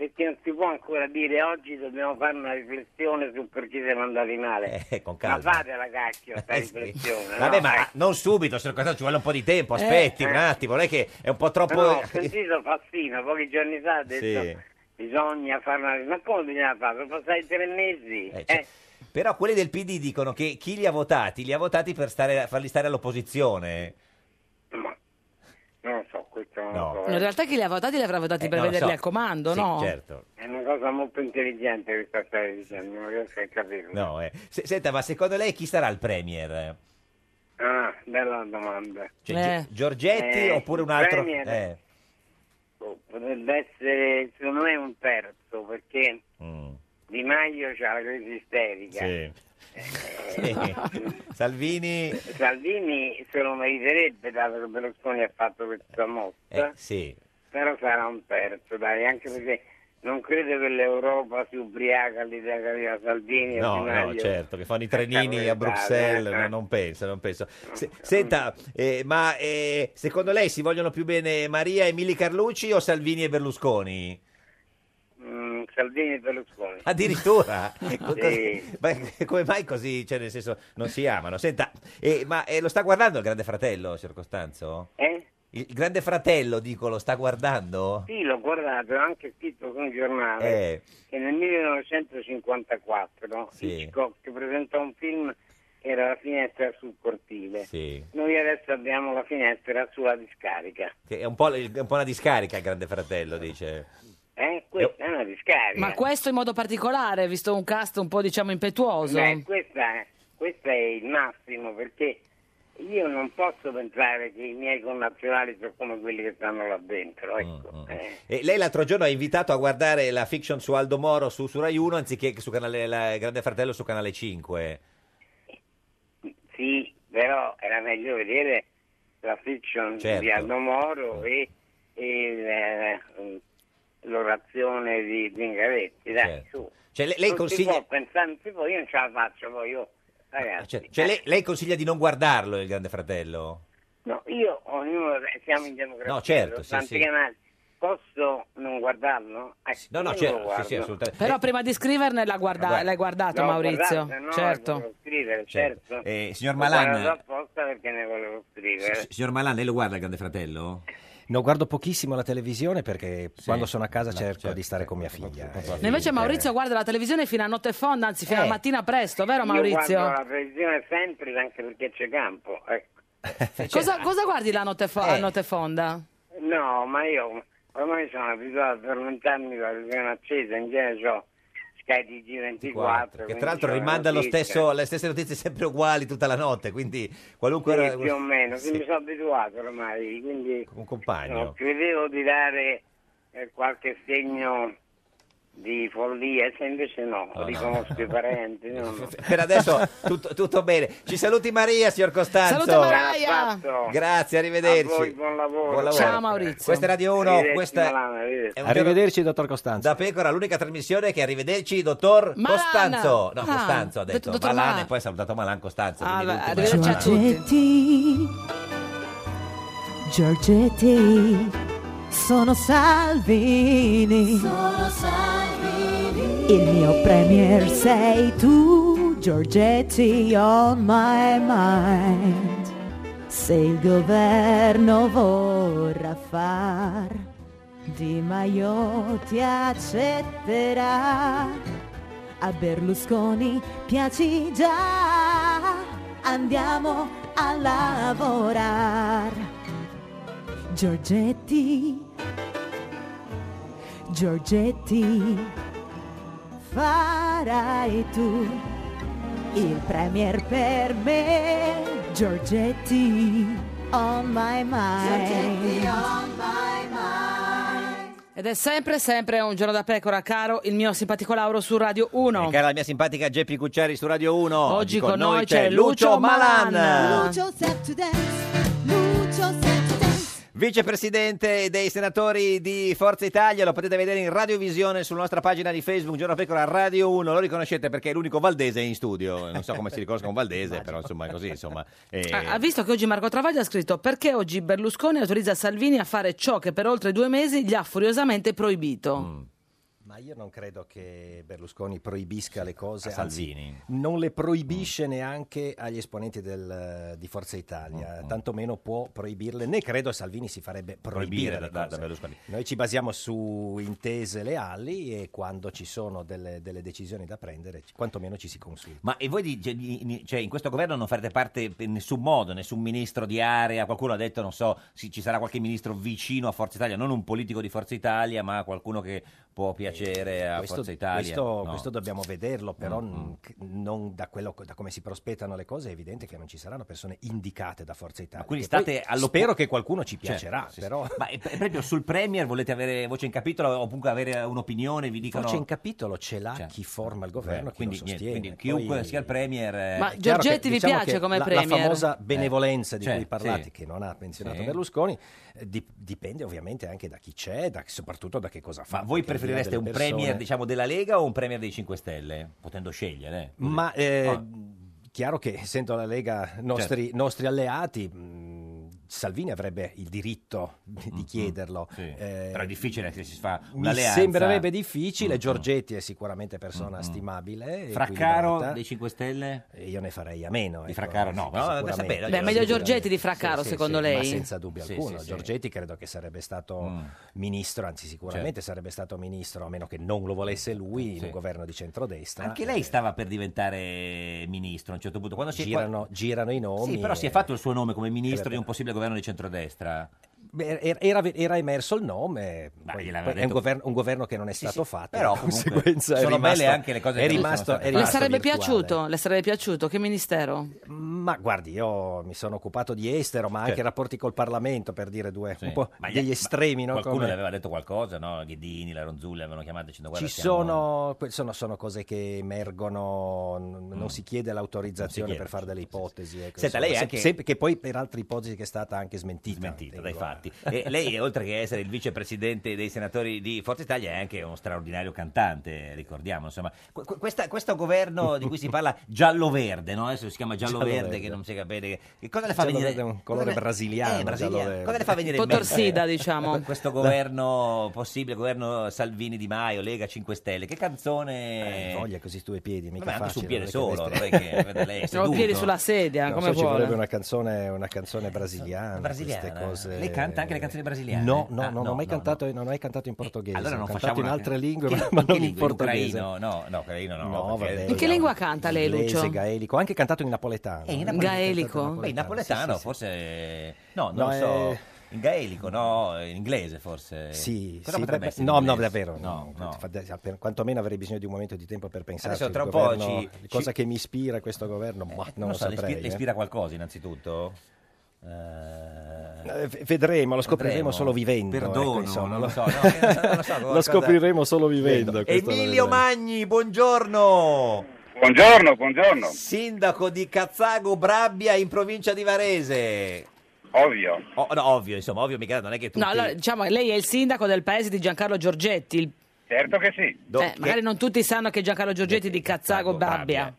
perché non si può ancora dire oggi dobbiamo fare una riflessione su perché siamo andati male.
Eh, con
ma
calma.
fatela cacchio, sta
Eh, sì.
riflessione.
Vabbè,
no?
ma non subito, signor Costanzo, ci vuole un po' di tempo,
Eh.
aspetti un attimo, non è che è un po' troppo...
No, no, ho sentito Fassino pochi giorni fa ha detto
Sì.
bisogna fare una riflessione. Ma come bisogna fare? Sono passati tre mesi.
Eh, cioè,
eh.
Però quelli del PD dicono che chi li ha votati, li ha votati per stare, farli stare all'opposizione.
Non lo so, questo non
No.
lo so. eh.
In realtà chi li ha votati li avrà votati per
Eh, non lo
vederli
so.
al comando,
Sì,
no?
certo.
È una cosa molto intelligente questa storia dicendo, non riesco a capirlo.
No, eh. Se- senta, ma secondo lei chi sarà il premier?
Ah, bella domanda.
Cioè, Gi- Giorgetti
Eh,
oppure un
il
altro?
Premier
Eh,
oh, Potrebbe essere, secondo me, un terzo, perché Di Maio c'ha la crisi isterica.
Mm,
Eh,
sì. Sì. Salvini?
Salvini se lo meriterebbe, dato che Berlusconi ha fatto questa mossa,
Eh, sì.
però sarà un terzo, dai, anche perché non credo che l'Europa si ubriaca all'idea che aveva Salvini e Di
No,
Maio.
no, certo, che fanno i trenini
Eh, Cavolo, eh.
a Bruxelles,
dai,
no, non penso, non penso.
Mm.
Se- senta, eh, ma eh, secondo lei si vogliono più bene Maria e Mili Carlucci o Salvini e Berlusconi?
Mm, Salvini e Berlusconi.
Addirittura?
Sì.
Ma come mai così? Cioè, nel senso, non si amano. Senta, eh, ma eh, lo sta guardando il Grande Fratello, signor Costanzo?
Eh?
Il Grande Fratello, dico, lo sta guardando?
Sì, l'ho guardato, ho anche scritto su un giornale
Eh.
che nel 1954
Sì.
Hitchcock presentò un film che era La finestra sul cortile.
Sì.
Noi adesso abbiamo la finestra sulla discarica.
Che è un po', il- è un po' una discarica il Grande Fratello, dice.
Eh, questa è una discarica.
Ma questo in modo particolare, visto un cast un po' diciamo impetuoso.
Beh, questa, è- questo è il massimo perché io non posso pensare che i miei connazionali sono come quelli che stanno là dentro.
Ah,
Ecco. Eh.
E lei l'altro giorno ha invitato a guardare la fiction su Aldo Moro su, su Rai 1 anziché su canale, la- Grande Fratello su Canale 5.
Sì, però era meglio vedere la fiction
Certo.
di Aldo Moro e, e, eh, l'orazione di Zingaretti. Dai, su.
Cioè, lei- lei
non
consiglia-
Si può pensare, non si può, io non ce la faccio poi io. Ragazzi, eh.
Cioè, cioè lei, lei consiglia di non guardarlo il Grande Fratello?
no, io ognuno siamo in democrazia,
No, certo,
sono
sì,
tanti
sì.
canali. Posso non guardarlo? Eh,
No, no,
io
certo,
non lo guardo.
sì, sì, assolutamente.
Però prima di scriverne l'ha, guarda-
guarda-
l'hai guardato
No,
Maurizio.
guardate, no,
certo.
volevo scrivere,
Certo.
certo.
Eh, signor
Ho
Malan-
guardato apposta perché ne volevo scrivere.
Eh, Signor Malan, lei lo guarda il Grande Fratello?
No, guardo pochissimo la televisione perché quando sono a casa
no,
cerco
certo,
di stare con mia figlia. eh.
No, Invece Maurizio guarda la televisione fino a notte fonda, anzi fino
Eh.
alla mattina presto, vero Maurizio?
Io guardo la televisione sempre anche perché c'è campo. ecco.
Eh,
Cosa,
cioè,
cosa guardi la notte, fo- a notte fonda?
No, ma io ormai sono abituato a tormentarmi con la televisione accesa, in genere ho Sky TG24.
Che tra l'altro rimanda lo stesso, le stesse notizie sempre uguali tutta la notte, quindi qualunque... ora-
più o meno,
Sì,
sì, mi sono abituato ormai, quindi
Un
no,
compagno.
credevo di dare eh, qualche segno di follia, e se invece no,
no.
riconosco i parenti. no, no.
Per adesso tutto, tutto bene. Ci saluti Maria, signor Costanzo.
Saluta Maria. Affatto.
Grazie, arrivederci.
A voi, buon lavoro.
Buon lavoro.
Ciao, Maurizio.
Questa è Radio 1,
Arrivederci,
questa è-
Malan,
è un giorno
Arrivederci, dottor Costanzo.
da pecora, l'unica trasmissione che arrivederci dottor
Malan.
Costanzo. No,
Ah,
Costanzo ha
detto
detto
dottor
Malan,
Malan.
e poi ha salutato Malan Costanzo.
Ah,
quindi
beh,
l'ultima è
arrivederci a
Malan.
Giorgetti, Giorgetti, sono Salvini. Sono Salvini. Il mio premier sei tu, Giorgetti, on my mind. Se il governo vorrà far, Di Maio ti accetterà. A Berlusconi piaci già, andiamo a lavorare. Giorgetti, Giorgetti, farai tu Il premier per me, Giorgetti, on my mind.
Giorgetti on my mind.
Ed è sempre, sempre un giorno da pecora, caro il mio simpatico Lauro su Radio 1.
Eh, Cara la mia simpatica Geppi Cucciari su Radio 1.
Oggi con noi c'è Lucio Malan.
Lucio set to dance. Lucio set to dance.
Vicepresidente dei senatori di Forza Italia, lo potete vedere in radiovisione sulla nostra pagina di Facebook, Giorno Pecora Radio 1, lo riconoscete perché è l'unico valdese in studio, non so come si riconosca un valdese, però insomma è così, insomma. eh,
Ah, ha visto che oggi Marco Travaglio ha scritto perché oggi Berlusconi autorizza Salvini a fare ciò che per oltre due mesi gli ha furiosamente proibito.
Mm.
Ma io non credo che Berlusconi proibisca le cose.
A Salvini. Mm.
anzi, non le proibisce neanche agli esponenti del- eh, di Forza
Mm,
Italia, tantomeno può proibirle, né credo a Salvini si farebbe proibire,
Proibire
le
da- da-
cose.
da Berlusconi.
Noi ci basiamo su intese leali e quando ci sono delle, delle decisioni da prendere, ci- quantomeno ci si consulta.
Ma e voi di- di- di- cioè, in questo governo non farete parte in nessun modo, nessun ministro di area, qualcuno ha detto, non so, sì, ci sarà qualche ministro vicino a Forza Italia, non un politico di Forza Italia, ma qualcuno che può piacere a
questo,
Forza Italia.
questo-
No.
questo dobbiamo vederlo, però
Mm,
n-
mm.
c- non da, quello- da come si prospettano le cose è evidente che non ci saranno persone indicate da Forza Italia.
Quindi
che poi
state allo...
Spero che qualcuno ci piacerà,
Certo, sì, sì.
però...
Ma è, è proprio sul Premier volete avere voce in capitolo o comunque avere un'opinione? Vi dicono... Cioè,
Voce in capitolo ce l'ha chi forma il governo,
Beh,
chi
quindi
lo
niente,
sostiene.
quindi chiunque
Poi-
sia il Premier... eh,
Ma
è chiaro
Giorgetti
che,
vi
diciamo
piace
che
come
la,
Premier?
La famosa benevolenza di
Cioè,
cui parlate,
sì.
che non ha menzionato
Sì.
Berlusconi, eh, di- dipende ovviamente anche da chi c'è, da- soprattutto da che cosa fa.
Ma voi
perché al di là
preferireste un
delle
Premier
persone-
diciamo, della Lega o un Premier dei 5 Stelle? Potendo scegliere. eh.
Ma eh,
Ah. Certo.
chiaro che essendo la Lega nostri, nostri alleati, mh, Salvini avrebbe il diritto
Mm-hmm.
di chiederlo. Eh,
Però è difficile che si fa
mi
un'alleanza.
sembrerebbe difficile,
Mm,
Giorgetti è sicuramente persona
Mm, mm.
stimabile. e
Fraccaro
equilibrata.
dei 5 Stelle?
Io ne farei a meno. ecco,
Di Fraccaro no, ma
sicuramente.
da sapere.
Beh, meglio Giorgetti di Fraccaro,
Sì,
secondo
sì,
lei?
Ma senza dubbio
Sì,
alcuno.
sì, sì.
Giorgetti credo che sarebbe stato ministro, anzi sicuramente
Certo.
sarebbe stato ministro, a meno che non lo volesse lui, in
Sì.
un governo di centrodestra. Eh,
Anche lei stava per diventare ministro a un certo punto. Quando si
girano, girano i nomi.
Sì, però si è fatto il suo nome come ministro
Era-
di un possibile governo di centrodestra.
Beh, er-, era, era- era emerso il nome, poi-
gliel'aveva
poi è un
detto-
governo, un governo che non è stato fatto,
però
di
comunque
conseguenza è
sono
rimasto-
belle anche le cose
è
che non sono
rimasto,
state
è
Le
rimasto
sarebbe
virtuale.
piaciuto? Le sarebbe piaciuto? Che ministero?
Ma guardi, io mi sono occupato di estero, ma anche
Certo.
rapporti col Parlamento, per dire due,
Sì.
un po'
Ma gli-
degli
ma
estremi. no?
Qualcuno
Come-
le aveva detto qualcosa, no? Ghedini, la Ronzulli avevano chiamato dicendo guarda
Ci
siamo-
sono, que- sono, sono cose che emergono, n-
Mm.
non si chiede l'autorizzazione
Non si chiede,
per fare delle ipotesi. ecco,
Senta,
insomma,
lei è
se-
anche-
sempre- che poi per altre ipotesi che è stata anche smentita.
Smentita dai fatti. E lei, oltre che essere il vicepresidente dei senatori di Forza Italia, è anche uno straordinario cantante, ricordiamo. Insomma, Qu- qu- questa- questo governo di cui si parla giallo-verde, no? adesso si chiama giallo-verde,
Giallo-verde.
che non si capisce. Che cosa le fa
Giallo-verde
venire?
è un colore
cosa le-
brasiliano,
Eh,
giallo-verde.
Cosa le fa venire? in
Un po'
mente? Eh,
torsida, diciamo.
Questo governo possibile, governo Salvini Di Maio, Lega 5 Stelle, che canzone.
Eh, voglia così su due piedi, mica
Vabbè, anche su un piede
facile, non è
solo,
che
non è
adesso-
che vede lei è
Sono
seduto.
piedi sulla sedia,
No,
come
so, ci
vuole.
vorrebbe una canzone, una canzone brasiliana,
brasiliana?
queste cose.
Lei canta anche le canzoni brasiliane?
No, no,
Ah,
no, non
no,
ho mai
no,
cantato, non ho mai cantato in portoghese.
Eh, allora non
ho
facciamo
cantato in
una-
altre lingue,
Che-
ma
in che
non in
lingua? In
portoghese.
ucraino? No, no, ucraino no,
No,
perché-
vabbè.
In che lingua canta lei,
Inglese,
Lucio?
gaelico, anche cantato in napoletano.
Eh, in
Ho
Gaelico?
cantato in
Beh, in napoletano
sì, sì, sì.
forse... No, non
No,
lo so.
eh.
In gaelico, no, in inglese forse.
Sì,
Eh, Cosa
sì,
potrebbe
beh,
essere in
no, no,
inglese?
davvero.
No, no.
Fa- da- per- quantomeno avrei bisogno di un momento di tempo per pensare.
Adesso tra un po' ci-
cosa
ci-
che mi ispira questo governo, ma non,
Non,
lo
so, le
saprei.
ispira, le
eh.
ispira qualcosa innanzitutto? Eh,
Eh, v- Vedremo, lo scopriremo solo vivendo. ecco,
Perdono,
insomma,
non
lo-
lo so. no, non lo so, qualcosa-
scopriremo solo vivendo, questo lo
Emilio
vedremo.
Magni, buongiorno.
Buongiorno, buongiorno.
Sindaco di Cazzago Brabbia in provincia di Varese. Oh,
Ovvio.
no, ovvio, insomma, ovvio, mica non è che tutti...
No, allora, diciamo, lei è il sindaco del paese di Giancarlo Giorgetti. il-
Certo che sì.
Do-
eh, magari non tutti sanno che Giancarlo Giorgetti è di Cazzago Babbia.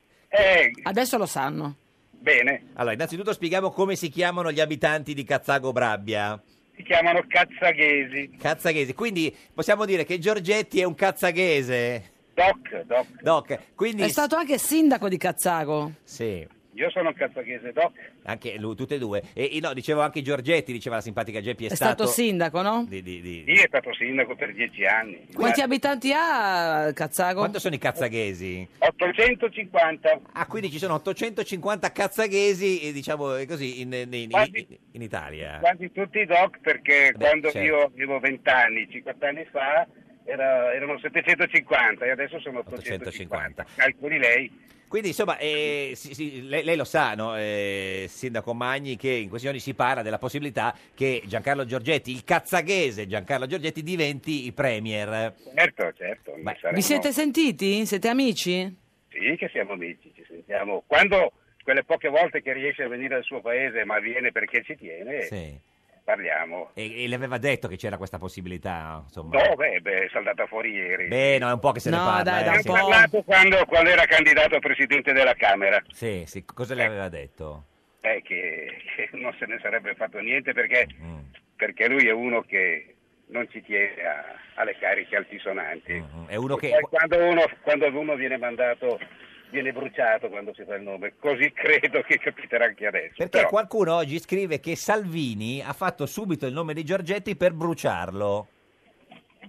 Adesso lo sanno.
Bene.
Allora, innanzitutto spieghiamo come si chiamano gli abitanti di Cazzago Brabbia.
Si chiamano cazzaghesi.
Cazzaghesi, quindi possiamo dire che Giorgetti è un cazzaghese.
Doc, doc.
Doc, quindi
È stato anche sindaco di Cazzago.
Sì,
Io sono cazzaghese, doc.
anche lui, tutte e due. E, e no, dicevo anche Giorgetti, diceva la simpatica Geppi, è,
È stato sindaco, no?
di- di- di-
Sì, è stato sindaco per dieci anni.
Quanti abitanti ha Cazzago?
Quanto sono i cazzaghesi?
850.
Ah, quindi ci sono 850 cazzaghesi, eh, diciamo eh, così, in, in- in-
Quasi-
in Italia.
Quasi tutti i doc perché
Ah. Beh,
quando
certo.
io avevo 20 anni, 50 anni fa, era- erano 750 e adesso sono 850.
850.
Calcoli lei.
Quindi insomma, eh, sì, sì, lei, lei lo sa, no, eh, Sindaco Magni, che in questioni si parla della possibilità che Giancarlo Giorgetti, il cazzaghese Giancarlo Giorgetti, diventi i premier.
Certo, certo. noi
Cioè,
saremmo-
Vi siete sentiti? Siete amici?
Sì, che siamo amici, ci sentiamo. Quando quelle poche volte che riesce a venire al suo paese, ma viene perché ci tiene, parliamo.
E, e le aveva detto che c'era questa possibilità, insomma.
No, beh, Eh, beh, è saltata fuori ieri.
Beh, no, è un po' che se ne parla. eh, sì.
Ne ha parlato quando, quando era candidato a presidente della Camera.
Sì, sì, cosa le aveva detto?
Eh, che, che non se ne sarebbe fatto niente perché,
Mm.
perché lui è uno che non ci tiene a- alle cariche altisonanti.
Mm, È uno che...
E poi quando, uno, quando uno viene mandato, viene bruciato quando si fa il nome, così credo che capiterà anche adesso.
Perché
Però,
qualcuno oggi scrive che Salvini ha fatto subito il nome di Giorgetti per bruciarlo.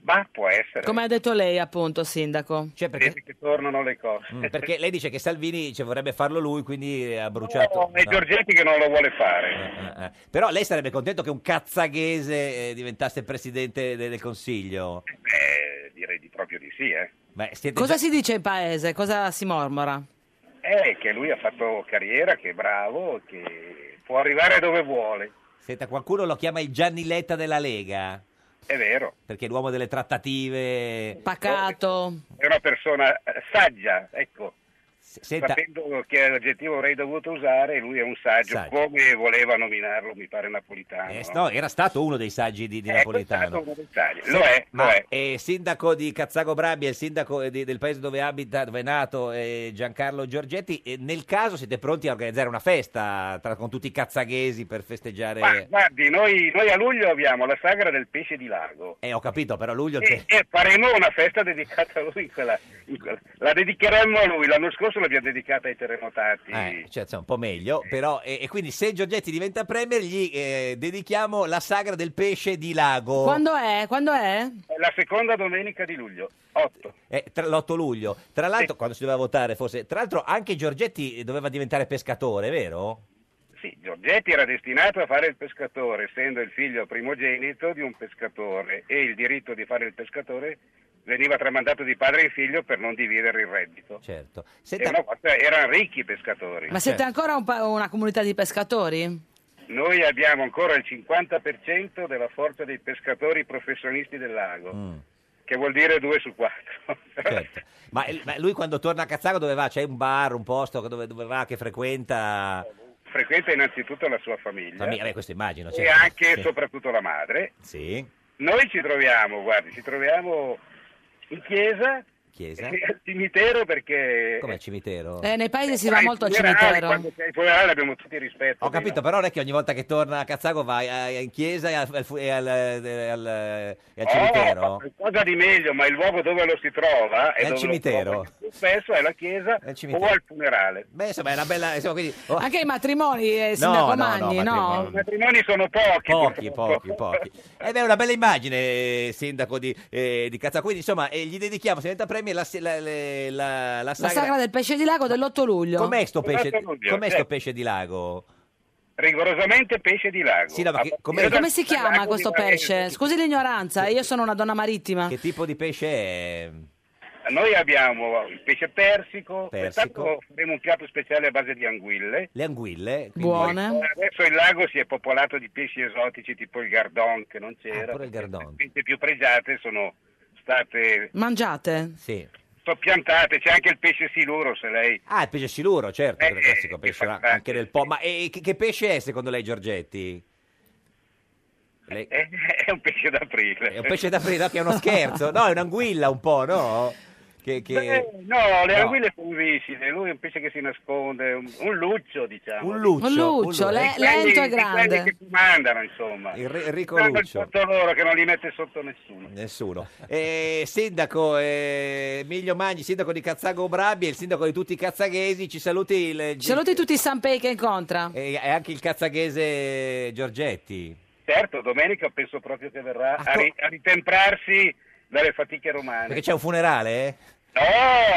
Ma può essere.
Come ha detto lei, appunto, sindaco.
Cioè,
vedi che tornano le cose.
Mm. Perché lei dice che Salvini cioè, vorrebbe farlo lui, quindi ha bruciato.
No, è
no.
Giorgetti che non lo vuole fare.
Eh, eh. Però lei sarebbe contento che un cazzaghese eh, diventasse presidente de- del Consiglio.
Beh, Eh, direi di proprio di sì, eh.
Beh, siete
Cosa
già-
si dice in paese? Cosa si mormora?
Eh, che lui ha fatto carriera, che è bravo, che può arrivare dove vuole.
Senta, qualcuno lo chiama il Gianni Letta della Lega,
È vero,
perché è l'uomo delle trattative...
Pacato.
è una persona eh, saggia, ecco.
senta-
Sapendo che l'aggettivo avrei dovuto usare, lui è un saggio,
Saggio.
come voleva nominarlo, mi pare napolitano.
Eh, no, era stato uno dei saggi di, di
Eh,
Napolitano.
questo è stato un dettaglio. Lo è,
Ma
lo è.
eh, sindaco di Cazzago Brabia, il sindaco eh, di- del paese dove abita, dove è nato eh, Giancarlo Giorgetti, eh, nel caso siete pronti a organizzare una festa tra- con tutti i cazzaghesi per festeggiare...
Ma guardi, noi, noi a luglio abbiamo la sagra del pesce di lago
Eh, ho capito, però luglio...
e, e faremo una festa dedicata a lui. in quella- in quella- La dedicheremmo a lui, l'anno scorso l'abbiamo dedicata ai terremotati.
Eh, cioè, insomma, un po' meglio, però... E, e quindi se Giorgetti diventa premier gli eh, dedichiamo la sagra del pesce di Lago.
Quando è? Quando è?
È La seconda domenica di luglio, 8.
Eh, tra- l'8 luglio. Tra l'altro, quando si doveva votare, forse... Tra l'altro anche Giorgetti doveva diventare pescatore, vero?
Sì, Giorgetti era destinato a fare il pescatore, essendo il figlio primogenito di un pescatore e il diritto di fare il pescatore veniva tramandato di padre in figlio per non dividere il reddito.
Certo.
E una volta erano ricchi i pescatori. Cioè,
Ma siete ancora un pa- una comunità di pescatori?
Noi abbiamo ancora il 50% della forza dei pescatori professionisti del lago,
Mm.
che vuol dire 2 su 4.
Certo. Ma, ma lui quando torna a Cazzago dove va? C'è un bar, un posto dove, dove va, che frequenta?
Frequenta innanzitutto la sua famiglia,
Famiglia, beh, questo immagino.
e
certo.
anche e
Sì.
soprattutto la madre.
Sì,
Noi ci troviamo, guardi, ci troviamo in chiesa,
chiesa.
eh, al cimitero perché...
Com'è il cimitero?
Eh, nei paesi si
Ai
va molto al
funerali,
cimitero.
Quando c'è i funerali abbiamo tutti rispetto.
Ho capito, però non è che ogni volta che torna a Cazzago va a- in chiesa e al, fu- e al- e al- e al
Oh,
cimitero?
Cosa di meglio, ma il luogo dove lo si trova
È
e
il
dove
cimitero.
Lo trova più spesso è la chiesa
cimitero.
o al funerale.
Beh, insomma, è una bella... Insomma, quindi, oh,
Anche i matrimoni, eh, sindaco Magni,
matrimoni.
no?
I matrimoni sono pochi.
Pochi, pochi, pochi. Ed è una bella immagine, eh, sindaco di, eh, di Cazzago. Quindi, insomma, eh, gli dedichiamo, se diventa premio, la, la, la, la,
La sagra del pesce di lago dell'8 luglio.
Com'è sto pesce,
Com'è sto luglio?
com'è sto
Eh.
pesce di lago?
Rigorosamente pesce di lago. Ah,
Sì, no, ma che- com'è?
E come si chiama questo pesce? Scusi l'ignoranza, io sono una donna marittima.
Che tipo di pesce è?
Noi abbiamo il pesce persico,
Persico.
quest'anno faremo un piatto speciale a base di anguille.
Le anguille? quindi-
Adesso il lago si è popolato di pesci esotici tipo il gardon che non c'era.
Ah, Pure il gardon.
Le specie più pregiate sono state
Mangiate?
Sì.
soppiantate, c'è anche il pesce siluro se lei
Ah, il pesce siluro, certo,
Eh,
che è il classico pesce là, anche del po'. Ma eh, che, che pesce è secondo lei, Giorgetti? Lei-
Eh, È un pesce d'aprile.
È un pesce d'aprile, no? Che è uno scherzo? No, è un'anguilla un po', no? Che, che-
Eh, no, le
no.
anguille sono viscide, lui è un pesce che si nasconde, un, un luccio diciamo.
Un luccio, Un luccio, un le-
Di quelli-
lento e
di quelli
grande.
che comandano insomma.
Il re- Enrico
Comandano
Luccio.
sotto loro che non li mette sotto nessuno.
Nessuno. Eh, sindaco eh, Emilio Magni, sindaco di Cazzago Brabia, il sindaco di tutti i cazzaghesi, ci saluti il...
Ci saluti tutti i Sanpei che incontra.
E e anche il cazzaghese Giorgetti.
Certo, domenica penso
Ah,
proprio che verrà a, ri- a ritemprarsi dalle fatiche romane.
Perché c'è un funerale? eh?
No,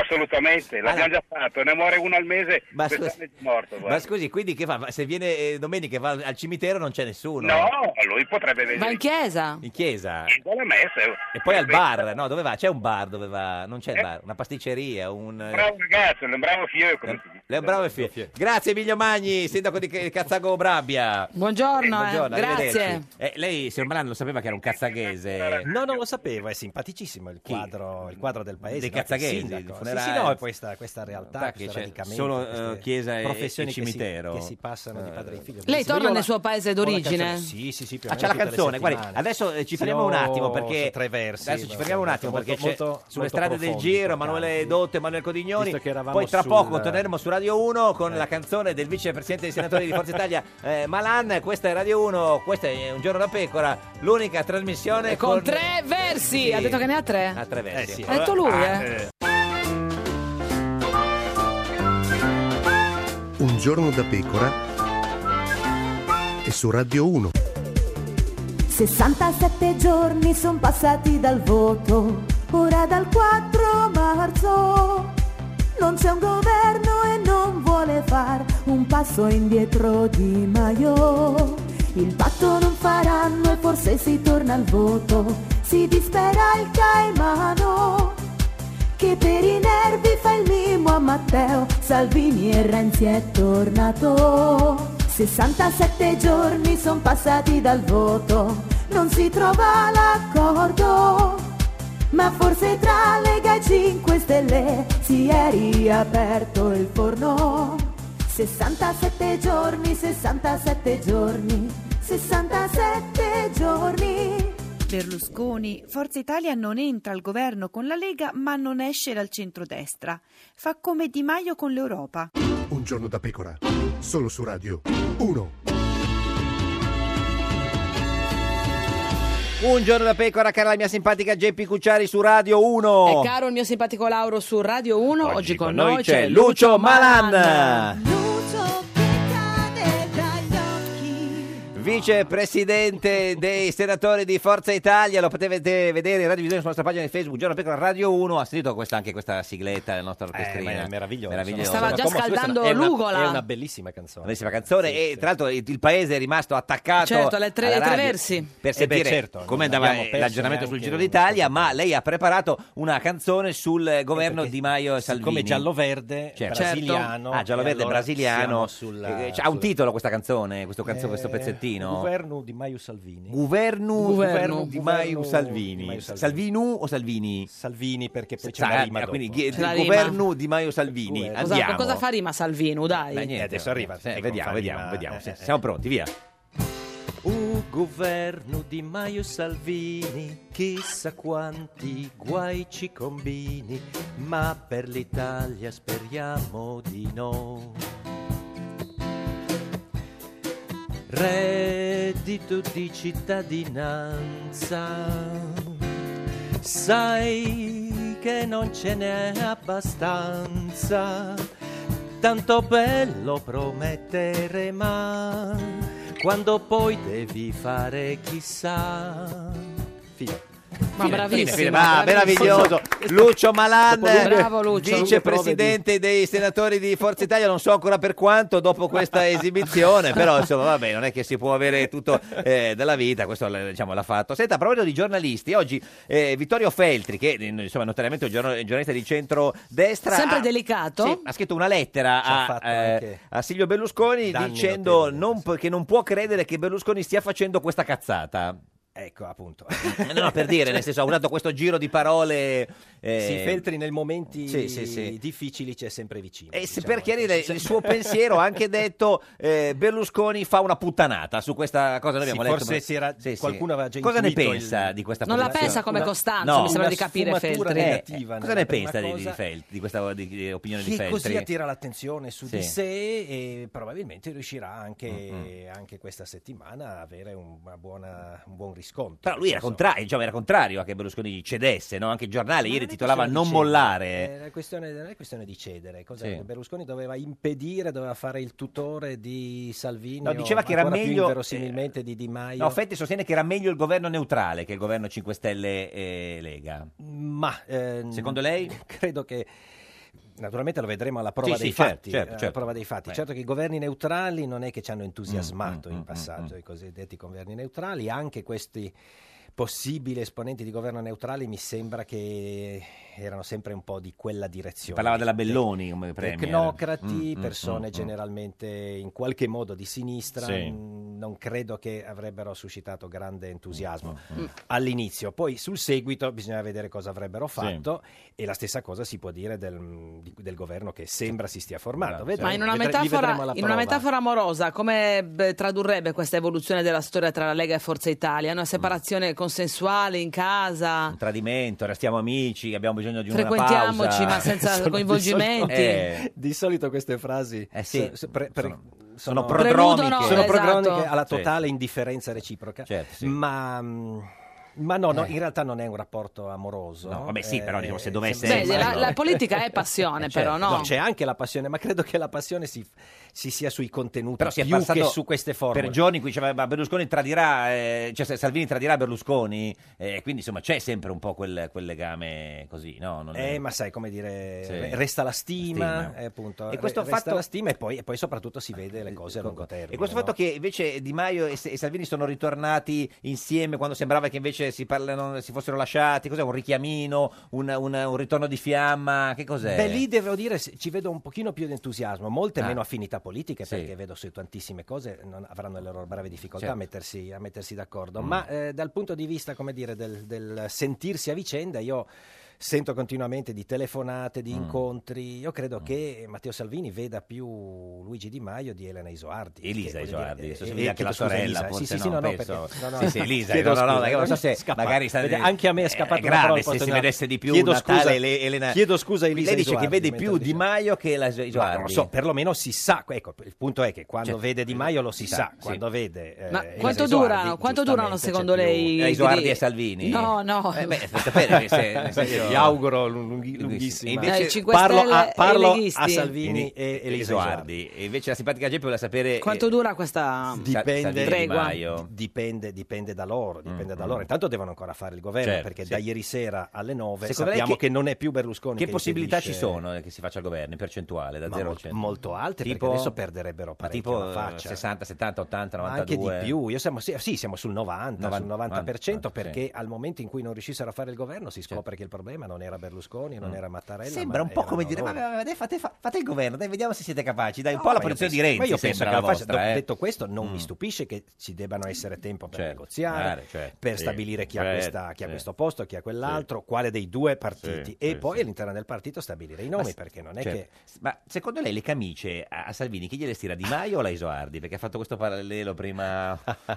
assolutamente, l'abbiamo già fatto, ne muore uno al mese,
Ma
quest'anno
scusi-
è già morto. guarda.
Ma scusi, quindi che fa? Ma Se viene eh, domenica e va al cimitero non c'è nessuno?
No, lui potrebbe venire
Va in chiesa?
in chiesa.
in buona messa. eh,
E poi al bar, no, dove va? C'è un bar dove va? Non c'è il bar, una pasticceria, un... eh,
Bravo ragazzo, un bravo figlio. come si dice.
Le bravo e figlio. Grazie Emilio Magni, sindaco di Ca- Cazzago Brabia.
Buongiorno, eh,
arrivederci.
grazie.
Eh, lei, signor Malan, lo sapeva che era un cazzaghese.
No, non lo sapevo, è simpaticissimo il quadro, il quadro del paese.
Dei
no? Il
cazzaghesi,
sindaco.
il
Sì, sì,
funerale.
no, è questa, questa realtà,
che
questo
c'è
radicamento.
solo, eh,
queste
chiesa e-
professioni
e cimitero. Eh.
Che si, che si passano di padre in figlio.
Lei
Bellissimo.
torna nel
Io ho la-
suo paese
ho la
d'origine?
canzone- Sì, sì, sì. più o
Ah, c'è la
meno tutte le
canzoni, guardi,
settimane.
adesso eh, ci
Sì,
fermiamo un
ho-
attimo perché
su tre versi.
adesso ci
beh,
fermiamo un attimo
molto-
perché c'è
molto-
sulle
molto
strade del
profondi,
giro,
profondi.
Emanuele Dotto, Emanuele Codignoni.
Visto che eravamo
Poi tra
sul-
poco torneremo su Radio 1 con la canzone del vicepresidente dei senatori di Forza Italia eh, Malan, questa è Radio 1, questa è Un giorno da pecora, l'unica trasmissione
Con tre versi,
Sì.
ha detto che ne ha tre.
a tre versi.
Ha detto lui,
Ah,
eh.
Un giorno da pecora e su Radio 1.
67 giorni sono passati dal voto, ora dal 4 marzo. Non c'è un governo e non vuole far un passo indietro di Maio. Il patto non faranno e forse si torna al voto, si dispera il Caimano. Che per i nervi fa il mimo a Matteo, Salvini e Renzi è tornato. 67 giorni sono passati dal voto, non si trova l'accordo. Ma forse tra Lega e 5 Stelle si è riaperto il forno. 67 giorni, 67 giorni, 67 giorni.
Berlusconi, Forza Italia non entra al governo con la Lega ma non esce dal centrodestra. Fa come Di Maio con l'Europa.
Un giorno da pecora, solo su Radio 1.
Un giorno da pecora, cara la mia simpatica Geppi Cucciari su Radio 1.
E caro il mio simpatico Lauro su Radio 1, oggi, con noi, c'è
Lucio Malan, vicepresidente dei senatori di Forza Italia. Lo potete vedere in radiovisione sulla nostra pagina di Facebook. Giorno da pecora, Radio 1. Ha sentito questa- anche questa sigletta della nostra orchestrina.
ma Eh, è meravigliosa.
Meravigliosa.
Stava già
Come- questa
scaldando
è una-
l'ugola.
È una bellissima canzone.
Bellissima canzone e tra l'altro il, il paese è rimasto attaccato
Certo, alle tre-
alla
ai tre
radio
versi.
per
Eh beh,
sentire
certo, non
come andava
abbiamo
eh,
perso
l'aggiornamento sul
neanche
Giro
un-
d'Italia ma lei ha preparato una canzone sul eh, governo di Maio e Salvini
Come giallo-verde,
Certo.
brasiliano.
ah giallo
e
verde
allora
brasiliano
siamo sulla-
Eh, cioè, ha un
sulla-
titolo questa canzone questo, canzo-
Eh,
questo pezzettino
Governo di Maio Salvini.
Governo,
Governo
di Maio
Di
Salvini
Maio
Salvinu o Salvini?
Salvini perché poi c'è
Sa-
una rima
ah,
dopo.
quindi ghi-
C'è la rima.
Governo di Maio Salvini
Cosa-
andiamo
Cosa fa rima Salvino, dai?
Beh, niente,
adesso arriva,
Eh,
ecco,
vediamo,
fa
vediamo,
rima.
vediamo.
Eh, eh,
Siamo pronti, via.
Un Uh, governo di Maio Salvini, chissà quanti guai ci combini, ma per l'Italia speriamo di no. Reddito di cittadinanza, sai che non ce n'è abbastanza. Tanto bello promettere, ma quando poi devi fare chissà. Fine.
Ma bravissimo.
Fine, fine, ma meraviglioso. Lucio Malan,
Bravo, Lucio.
vicepresidente dei senatori di Forza Italia, non so ancora per quanto dopo questa esibizione, però insomma vabbè, non è che si può avere tutto eh, della vita, questo l- diciamo, l'ha fatto. Senta, a proposito di giornalisti, oggi eh, Vittorio Feltri, che eh, insomma notoriamente è un giorno- giornalista di centrodestra,
Sempre
ha-
delicato.
sì, ha scritto una lettera
Ci ha
a,
fatto
eh,
anche
a Silvio Berlusconi
danni
dicendo non pu- che non può credere che Berlusconi stia facendo questa cazzata.
Ecco appunto.
Eh, No, no, per dire, nel senso, ha usato questo giro di parole. eh,
Sì, Feltri nel momenti
Sì, sì, sì.
difficili c'è sempre vicino.
E se-
diciamo.
per chiarire il suo pensiero ha anche detto eh, Berlusconi fa una puttanata su questa cosa. Noi
Sì,
abbiamo letto,
forse
ma-
si era- qualcuno aveva già
Cosa ne
intuito
pensa
il-
di questa
Non la
posizione?
pensa come
Una-
Costanzo, mi sembra di capire,
una sfumatura
Feltri.
negativa
Eh, cosa
nella
ne
prima
pensa di, di
cosa.
Feltri, di questa di- di opinione di
che
Feltri?
così attira l'attenzione su
Sì.
di sé e probabilmente riuscirà anche,
Mm-mm.
anche questa settimana a avere una buona- un buon riscontro.
Però lui era, contra- diciamo, era contrario a che Berlusconi cedesse, no? Anche il giornale ieri titolava Non mollare.
Era eh, questione, non è questione di cedere. Cos'è?
Sì.
Che Berlusconi doveva impedire, doveva fare il tutore di Salvini.
No, diceva
o
che era
ancora più
meglio- eh,
inverosimilmente di Di Maio.
No, Fetti sostiene che era meglio il governo neutrale che il governo 5 Stelle e Lega.
Ma ehm,
Secondo lei?
credo che naturalmente lo vedremo alla prova
Sì,
dei
sì, certo,
fatti.
certo,
eh, alla
certo.
prova dei fatti.
Beh. Mm,
Certo che i governi neutrali non è che ci hanno entusiasmato in passato, i cosiddetti governi neutrali, anche questi possibili esponenti di governo neutrali mi sembra che erano sempre un po' di quella direzione.
Parlava della Belloni come premier.
Tecnocrati,
Mm, mm,
persone
mm, mm.
generalmente in qualche modo di sinistra,
Sì.
mh, non credo che avrebbero suscitato grande entusiasmo
Mm,
Mm.
all'inizio. Poi sul seguito bisogna vedere cosa avrebbero fatto e la stessa cosa si può dire del, mh, di- del governo che sembra si stia formando.
Esatto.
Vedremo,
Ma in una,
vedre- li vedremo
metafora,
alla
in una
prova.
metafora amorosa, come beh, tradurrebbe questa evoluzione della storia tra la Lega e Forza Italia? Una separazione consensuale in casa?
Un tradimento, restiamo amici, abbiamo bisogno di una
Frequentiamoci,
pausa.
ma senza
Sono-
coinvolgimenti.
Eh,
Di solito queste frasi
sì,
so- so- pre- pre-
sono prodromiche. Preludono,
sono prodromiche
esatto.
alla
Sì. Certo,
totale indifferenza reciproca. Ma, mm, ma no, no, in realtà non è un rapporto amoroso.
Eh. No, vabbè, sì, però, diciamo, se dovesse
Beh, essere- la- la politica è passione,
Eh, certo.
però, no?
C'è anche la passione, ma credo che la passione si, si sia sui contenuti
Però si è
più
passato
che su queste formule.
Per giorni in cui diceva ma Berlusconi tradirà, eh, cioè se Salvini tradirà Berlusconi, eh, quindi insomma c'è sempre un po' quel, quel legame così, no? Non è-
Eh, ma sai come dire,
Sì.
re- resta la stima,
Stima.
eh, appunto,
E questo
re- resta
fatto-
la stima e poi, e poi soprattutto si vede le cose a lungo termine.
E questo
no?
fatto che invece Di Maio e, S- e Salvini sono ritornati insieme quando sembrava che invece si, parlano- si fossero lasciati, cos'è? Un richiamino, un, un- un ritorno di fiamma, che cos'è?
Beh, lì devo dire, se- ci vedo un pochino più di entusiasmo, molte
Ah.
meno affinità politiche,
Sì.
perché vedo su tantissime cose non avranno le loro brave difficoltà a,
Certo.
mettersi, a mettersi d'accordo.
Mm.
Ma eh, dal punto di vista, come dire, del, del sentirsi a vicenda, io sento continuamente di telefonate, di
Mm.
incontri. Io credo che Matteo Salvini veda più Luigi Di Maio di Elena Isoardi.
Elisa
Che, voglio
Isoardi,
dire,
adesso
eh,
si
eh,
vede anche la
chiedo scusa,
sorella,
Elisa.
forse
sì, sì, sì, no, no,
penso.
perché- no, no,
sì, sì, Elisa,
chiedo
no, Eh, no,
scusa,
no, non so se
scappata.
magari sta-
Vede, anche a me Eh, è scappata
è
una parola
grave se si
importante.
vedesse di più
Chiedo
una tale
scusa-
Le- Elena.
Chiedo scusa Elisa
Lei dice che
Isoardi,
vede
mentre
più Di Maio che la Isoardi.
Ma non lo so, perlomeno si sa, ecco, il punto è che quando
Certo.
vede Di Maio lo si
Sa,
sa,
sì.
quando vede... eh,
Ma
Elisa
quanto
Isoardi,
durano, quanto durano
giustamente,
secondo
c'è più-
lei?
Eh, Isoardi
di-
e Salvini?
No, no.
Eh, beh, per sapere che se, nel
Beh,
senso-
gli auguro lung- lunghi- lunghissima.
E invece-
Dai, Cinque
eh, parlo
Stelle
a,
e
parlo
leghisti.
a Salvini e
e
Elisa Isoardi.
Isoardi. E invece la simpatica Geppi vuole sapere...
Quanto
eh,
dura questa
Sa-
Dipende,
Salvini
tregua?
Di Maio. Mm,
dipende, dipende da loro, dipende da loro. Intanto devono ancora fare il governo
Certo,
perché
sì.
da ieri sera alle 9
Secondo lei
sappiamo
che-
che, non è più Berlusconi.
Che possibilità ci
impedisce-
sono eh, che si faccia il governo in percentuale da
Ma
0 a
mol-
100?
molto alte, perché adesso perderebbero
ma
parecchio
tipo
la faccia.
eh, 60, 70, 80,
Ma
92.
Anche di più, Io siamo, sì, sì, siamo sul 90, sul
90,
90%
sì. Certo.
perché al momento in cui non riuscissero a fare il governo si scopre che il problema non era Berlusconi, non
Mm.
era Mattarella.
Sembra
ma
un po'
erano
come dire,
loro.
vabbè, vabbè, fate, fa- fate il governo, dai, vediamo se siete capaci. Dai, un
No,
po' la
ma io
posizione di
penso-
Renzi
ma io penso
sembra
che
la
alla faccia-
vostra,
do-
eh.
detto questo, non
Mm.
mi stupisce che ci debbano essere tempo per
Certo,
negoziare,
certo, certo,
per
sì,
stabilire chi, ha,
certo,
questa- chi ha
sì.
questo posto, chi ha quell'altro, quale dei due partiti,
Sì,
e
sì,
poi
sì.
all'interno del partito stabilire i
Ma
nomi,
se-
perché non è
certo.
che
Ma secondo lei le camicie a a Salvini chi gliele stira? Di Maio o la Isoardi? Perché ha fatto questo parallelo prima...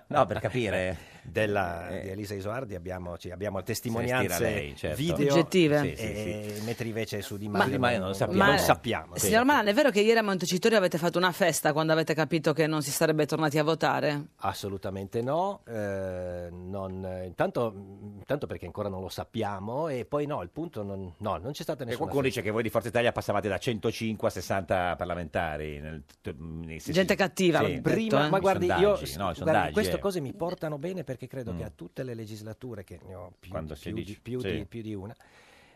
No, per capire...
della, eh, di Elisa Isoardi abbiamo, ci- abbiamo testimonianze
Se stira eh. lei, certo.
video
Oggettive.
e-
Sì, sì,
e- mentre invece su Di
Ma-
Maio,
Di Maio non lo sappiamo.
non
Ma-
sappiamo, sì.
eh, Signor Malan, è vero che ieri a Montecitorio avete fatto una festa quando avete capito che non si sarebbe tornati a votare?
Assolutamente no, eh, non- eh, intanto, intanto perché ancora non lo sappiamo e poi no, il punto non, no, non c'è stata
E
nessuna
qualcuno dice che voi di Forza Italia passavate da 105 a 60 parlamentari. nel- nei sessi-
Gente cattiva, l'ho detto,
prima,
eh.
ma guardi,
sondaggi,
io
no, i
guardi,
sondaggi,
queste
eh.
cose mi portano bene perché credo
Mm.
che a tutte le legislature, che ne ho più,
Quando
di-
si
più
dice-
di, più
sì.
di- più di una,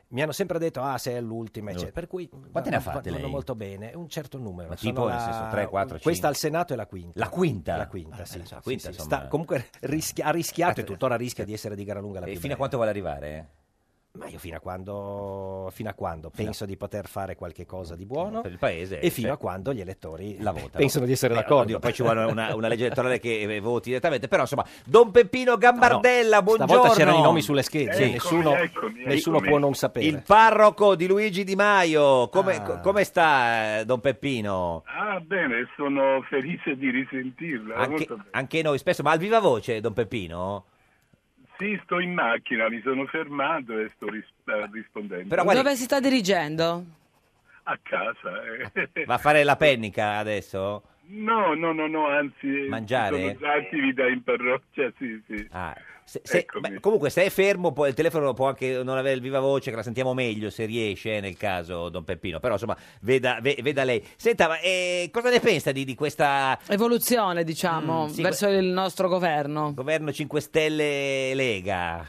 mi hanno sempre detto, ah, sei all'ultima, eccetera. Per cui
Quante ne ha fatte
vanno
lei?
molto bene, un certo numero.
Ma
Sono
tipo, nel
la-
senso, tre, quattro,
Questa
cinque?
al Senato è la quinta.
La quinta?
La quinta, sì.
Eh, la
sì,
quinta,
sì,
insomma. Eh,
sta- comunque rischia- ha rischiato e tuttora rischia di essere di gran lunga la
E
più
fino a
bella.
quanto vuole arrivare?
Ma io fino a quando, fino a quando
Fino a-
penso di poter fare qualche cosa di buono
Per il paese,
e fino
cioè,
a quando gli elettori
La vota.
pensano di essere
Eh,
d'accordo.
oddio, poi ci vuole una, una legge elettorale che eh, voti direttamente. Però insomma, Don Peppino Gambardella, buongiorno.
Stavolta c'erano i nomi sulle schede,
Sì.
nessuno, nessuno può non sapere.
Il parroco di Luigi Di Maio, come,
Ah.
co- come sta eh, Don Peppino?
Ah, bene, sono felice di risentirla.
Anche,
molto bene.
anche noi spesso, ma al viva voce Don Peppino?
Sì, sto in macchina, mi sono fermato e sto ris- eh, rispondendo.
Dove si sta dirigendo?
A casa. eh.
Va a fare la pennica adesso?
No, no, no, no, anzi, eh,
Mangiare?
sono già attivi da in parrocchia, sì, sì.
Ah, Se- se- beh, comunque, se è fermo, poi il telefono può anche non avere il viva voce, che la sentiamo meglio se riesce, eh, nel caso Don Peppino. Però, insomma, veda, ve- veda lei. Senta, ma eh, cosa ne pensa di, di questa
Evoluzione, diciamo,
Mm, sì,
verso il nostro governo.
governo 5 Stelle eh, Lega?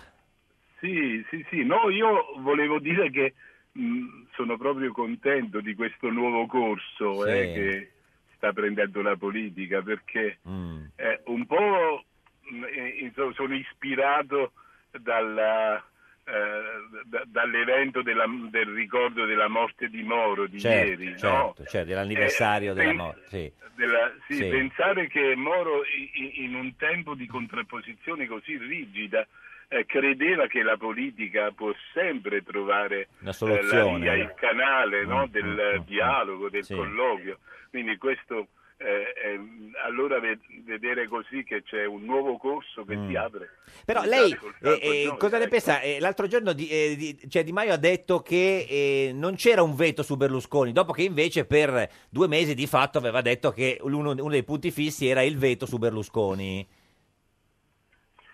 Sì, sì, sì, no, io volevo dire che mh, sono proprio contento di questo nuovo corso
Sì.
eh, che sta prendendo la politica perché
Mm.
eh, un po' mh, eh, insomma, sono ispirato dalla, eh, da- dall'evento della- del ricordo della morte di Moro di
certo,
ieri, no?
certo, certo, dell'anniversario
Eh,
della
pen-
morte. Sì.
della- sì,
Sì.
Pensare che Moro i- i- in un tempo di contrapposizione così rigida eh, credeva che la politica può sempre trovare
Una
eh, la
soluzione.
via, il canale no,
Mm,
del
mm,
eh,
mm,
dialogo, del
sì.
colloquio. Quindi questo eh, è- allora ve- vedere così che c'è un nuovo corso che
Mm.
si apre.
Però
mi
lei
dà soltanto
eh, eh,
gioia,
cosa ne
ecco.
pensa? Eh, l'altro giorno di, eh, di- cioè Di Maio ha detto che eh, non c'era un veto su Berlusconi, dopo che invece per due mesi di fatto aveva detto che uno, uno dei punti fissi era il veto su Berlusconi.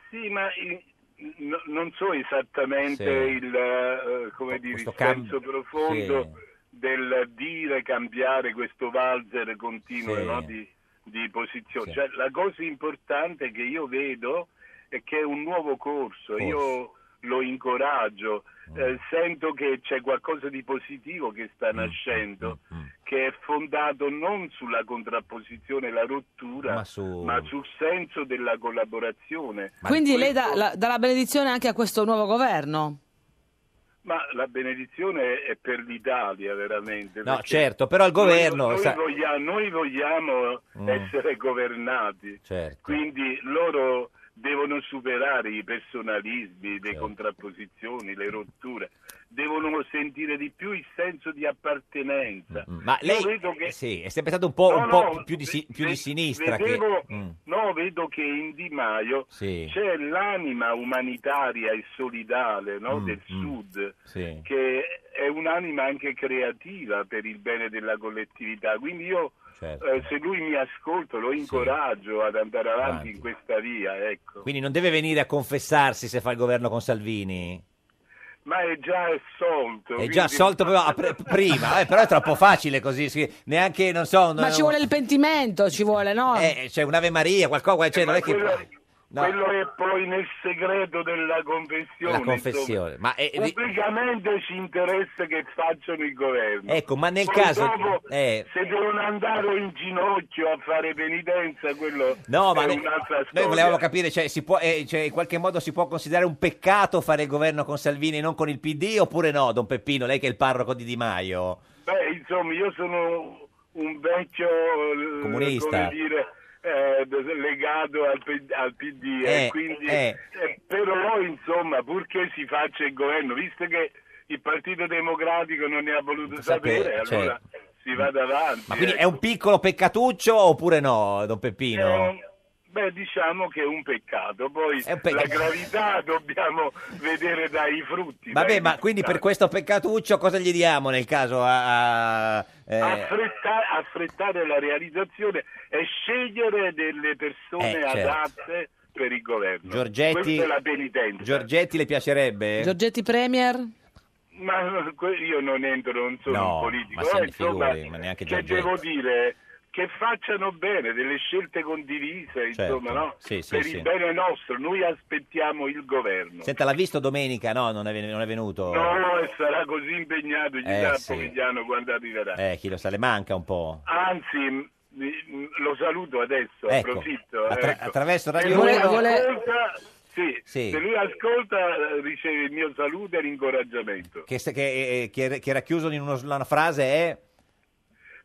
Sì, ma eh, no- non so esattamente
Sì.
il, eh, come dire, il
questo cam-
senso profondo del dire cambiare questo valzer continuo
Sì.
no, di, di posizione.
Sì.
Cioè, la cosa importante che io vedo è che è un nuovo corso,
Corso. Mm.
io lo incoraggio, eh, sento che c'è qualcosa di positivo che sta
mm,
nascendo, che è fondato non sulla contrapposizione e la rottura,
Ma su-
ma sul senso della collaborazione.
Quindi lei dà la, dà la benedizione anche a questo nuovo governo?
Ma la benedizione è per l'Italia, veramente.
No,
perché
certo, però il
noi-
governo,
Noi,
sa-
voglia- noi vogliamo
Mm.
essere governati,
Certo.
quindi loro devono superare i personalismi,
Certo.
le contrapposizioni, le rotture, devono sentire di più il senso di appartenenza.
Mm, Ma
Mm. Io
lei
vedo che-
eh, sì, è sempre stato un po',
No,
un po'
no,
più, di, si-
ve-
più di
ve-
sinistra. che-
vedevo-
Mm,
No, vedo che in Di Maio
Sì.
c'è l'anima umanitaria e solidale no,
Mm,
del
mm.
Sud,
sì.
che è un'anima anche creativa per il bene della collettività. Quindi io,
Certo.
eh, se lui mi ascolta, lo incoraggio ad andare avanti
Avanti.
in questa via, ecco.
Quindi non deve venire a confessarsi se fa il governo con Salvini.
Ma è già assolto.
È già assolto proprio a pre- prima, eh, però è troppo facile così, sì, neanche, non so...
Ma ci vuole il pentimento, ci vuole, no?
C'è un'Ave Maria, qualcosa,
Eh,
cioè, non è che...
quello-
no.
Quello è poi nel segreto della confessione.
La confessione,
insomma.
ma è-
Pubblicamente ci interessa che facciano il governo.
Ecco, ma nel
Poi
caso...
dopo,
eh,
se devono andare in ginocchio a fare penitenza, quello
No, ma
è
noi,
un'altra
noi
storia.
volevamo capire, cioè, si può, eh, cioè, in qualche modo si può considerare un peccato fare il governo con Salvini e non con il PD oppure no, Don Peppino, lei che è il parroco di Di Maio?
Beh, insomma, io sono un vecchio eh,
Comunista.
come dire, eh, legato al, P- al PD, eh,
Eh,
quindi,
eh.
eh, però insomma, purché si faccia il governo, visto che il Partito Democratico non ne ha voluto sapere,
sapere,
allora si va davanti.
cioè, Ma quindi
eh.
è un piccolo peccatuccio oppure no, Don
Eh,
Peppino?
Beh, diciamo che è un peccato, poi
un peccato.
la gravità dobbiamo vedere dai frutti.
Vabbè,
dai
ma quindi per questo peccatuccio cosa gli diamo nel caso a... a- eh,
Affretta- affrettare la realizzazione e scegliere delle persone
Eh, certo.
adatte per il governo.
Giorgetti,
Questa è la penitenza.
Giorgetti le piacerebbe?
Giorgetti Premier?
Ma que- io non entro, non sono
No,
un politico.
ma se
eh,
ne
insomma,
figuri, ma neanche
che
Giorgetti.
devo dire? Che facciano bene delle scelte condivise,
Certo.
insomma, no?
Sì, sì,
per
sì.
il bene nostro. Noi aspettiamo il governo.
Senta, l'ha visto domenica? No, non è, ven- non è venuto.
No, e sarà così impegnato, gli
Eh,
darà
sì.
Pomigliano quando arriverà.
Eh, chi lo sa, le manca un po'.
Anzi, m- m- lo saluto adesso,
Ecco,
approfitto.
attra-
ecco.
attraverso Radio
Se lui
Uno-
Vuole-
ascolta- sì,
Sì.
Se lui ascolta eh, riceve il mio saluto e l'incoraggiamento.
Che, se- che, eh, che- che era chiuso in uno- una frase è...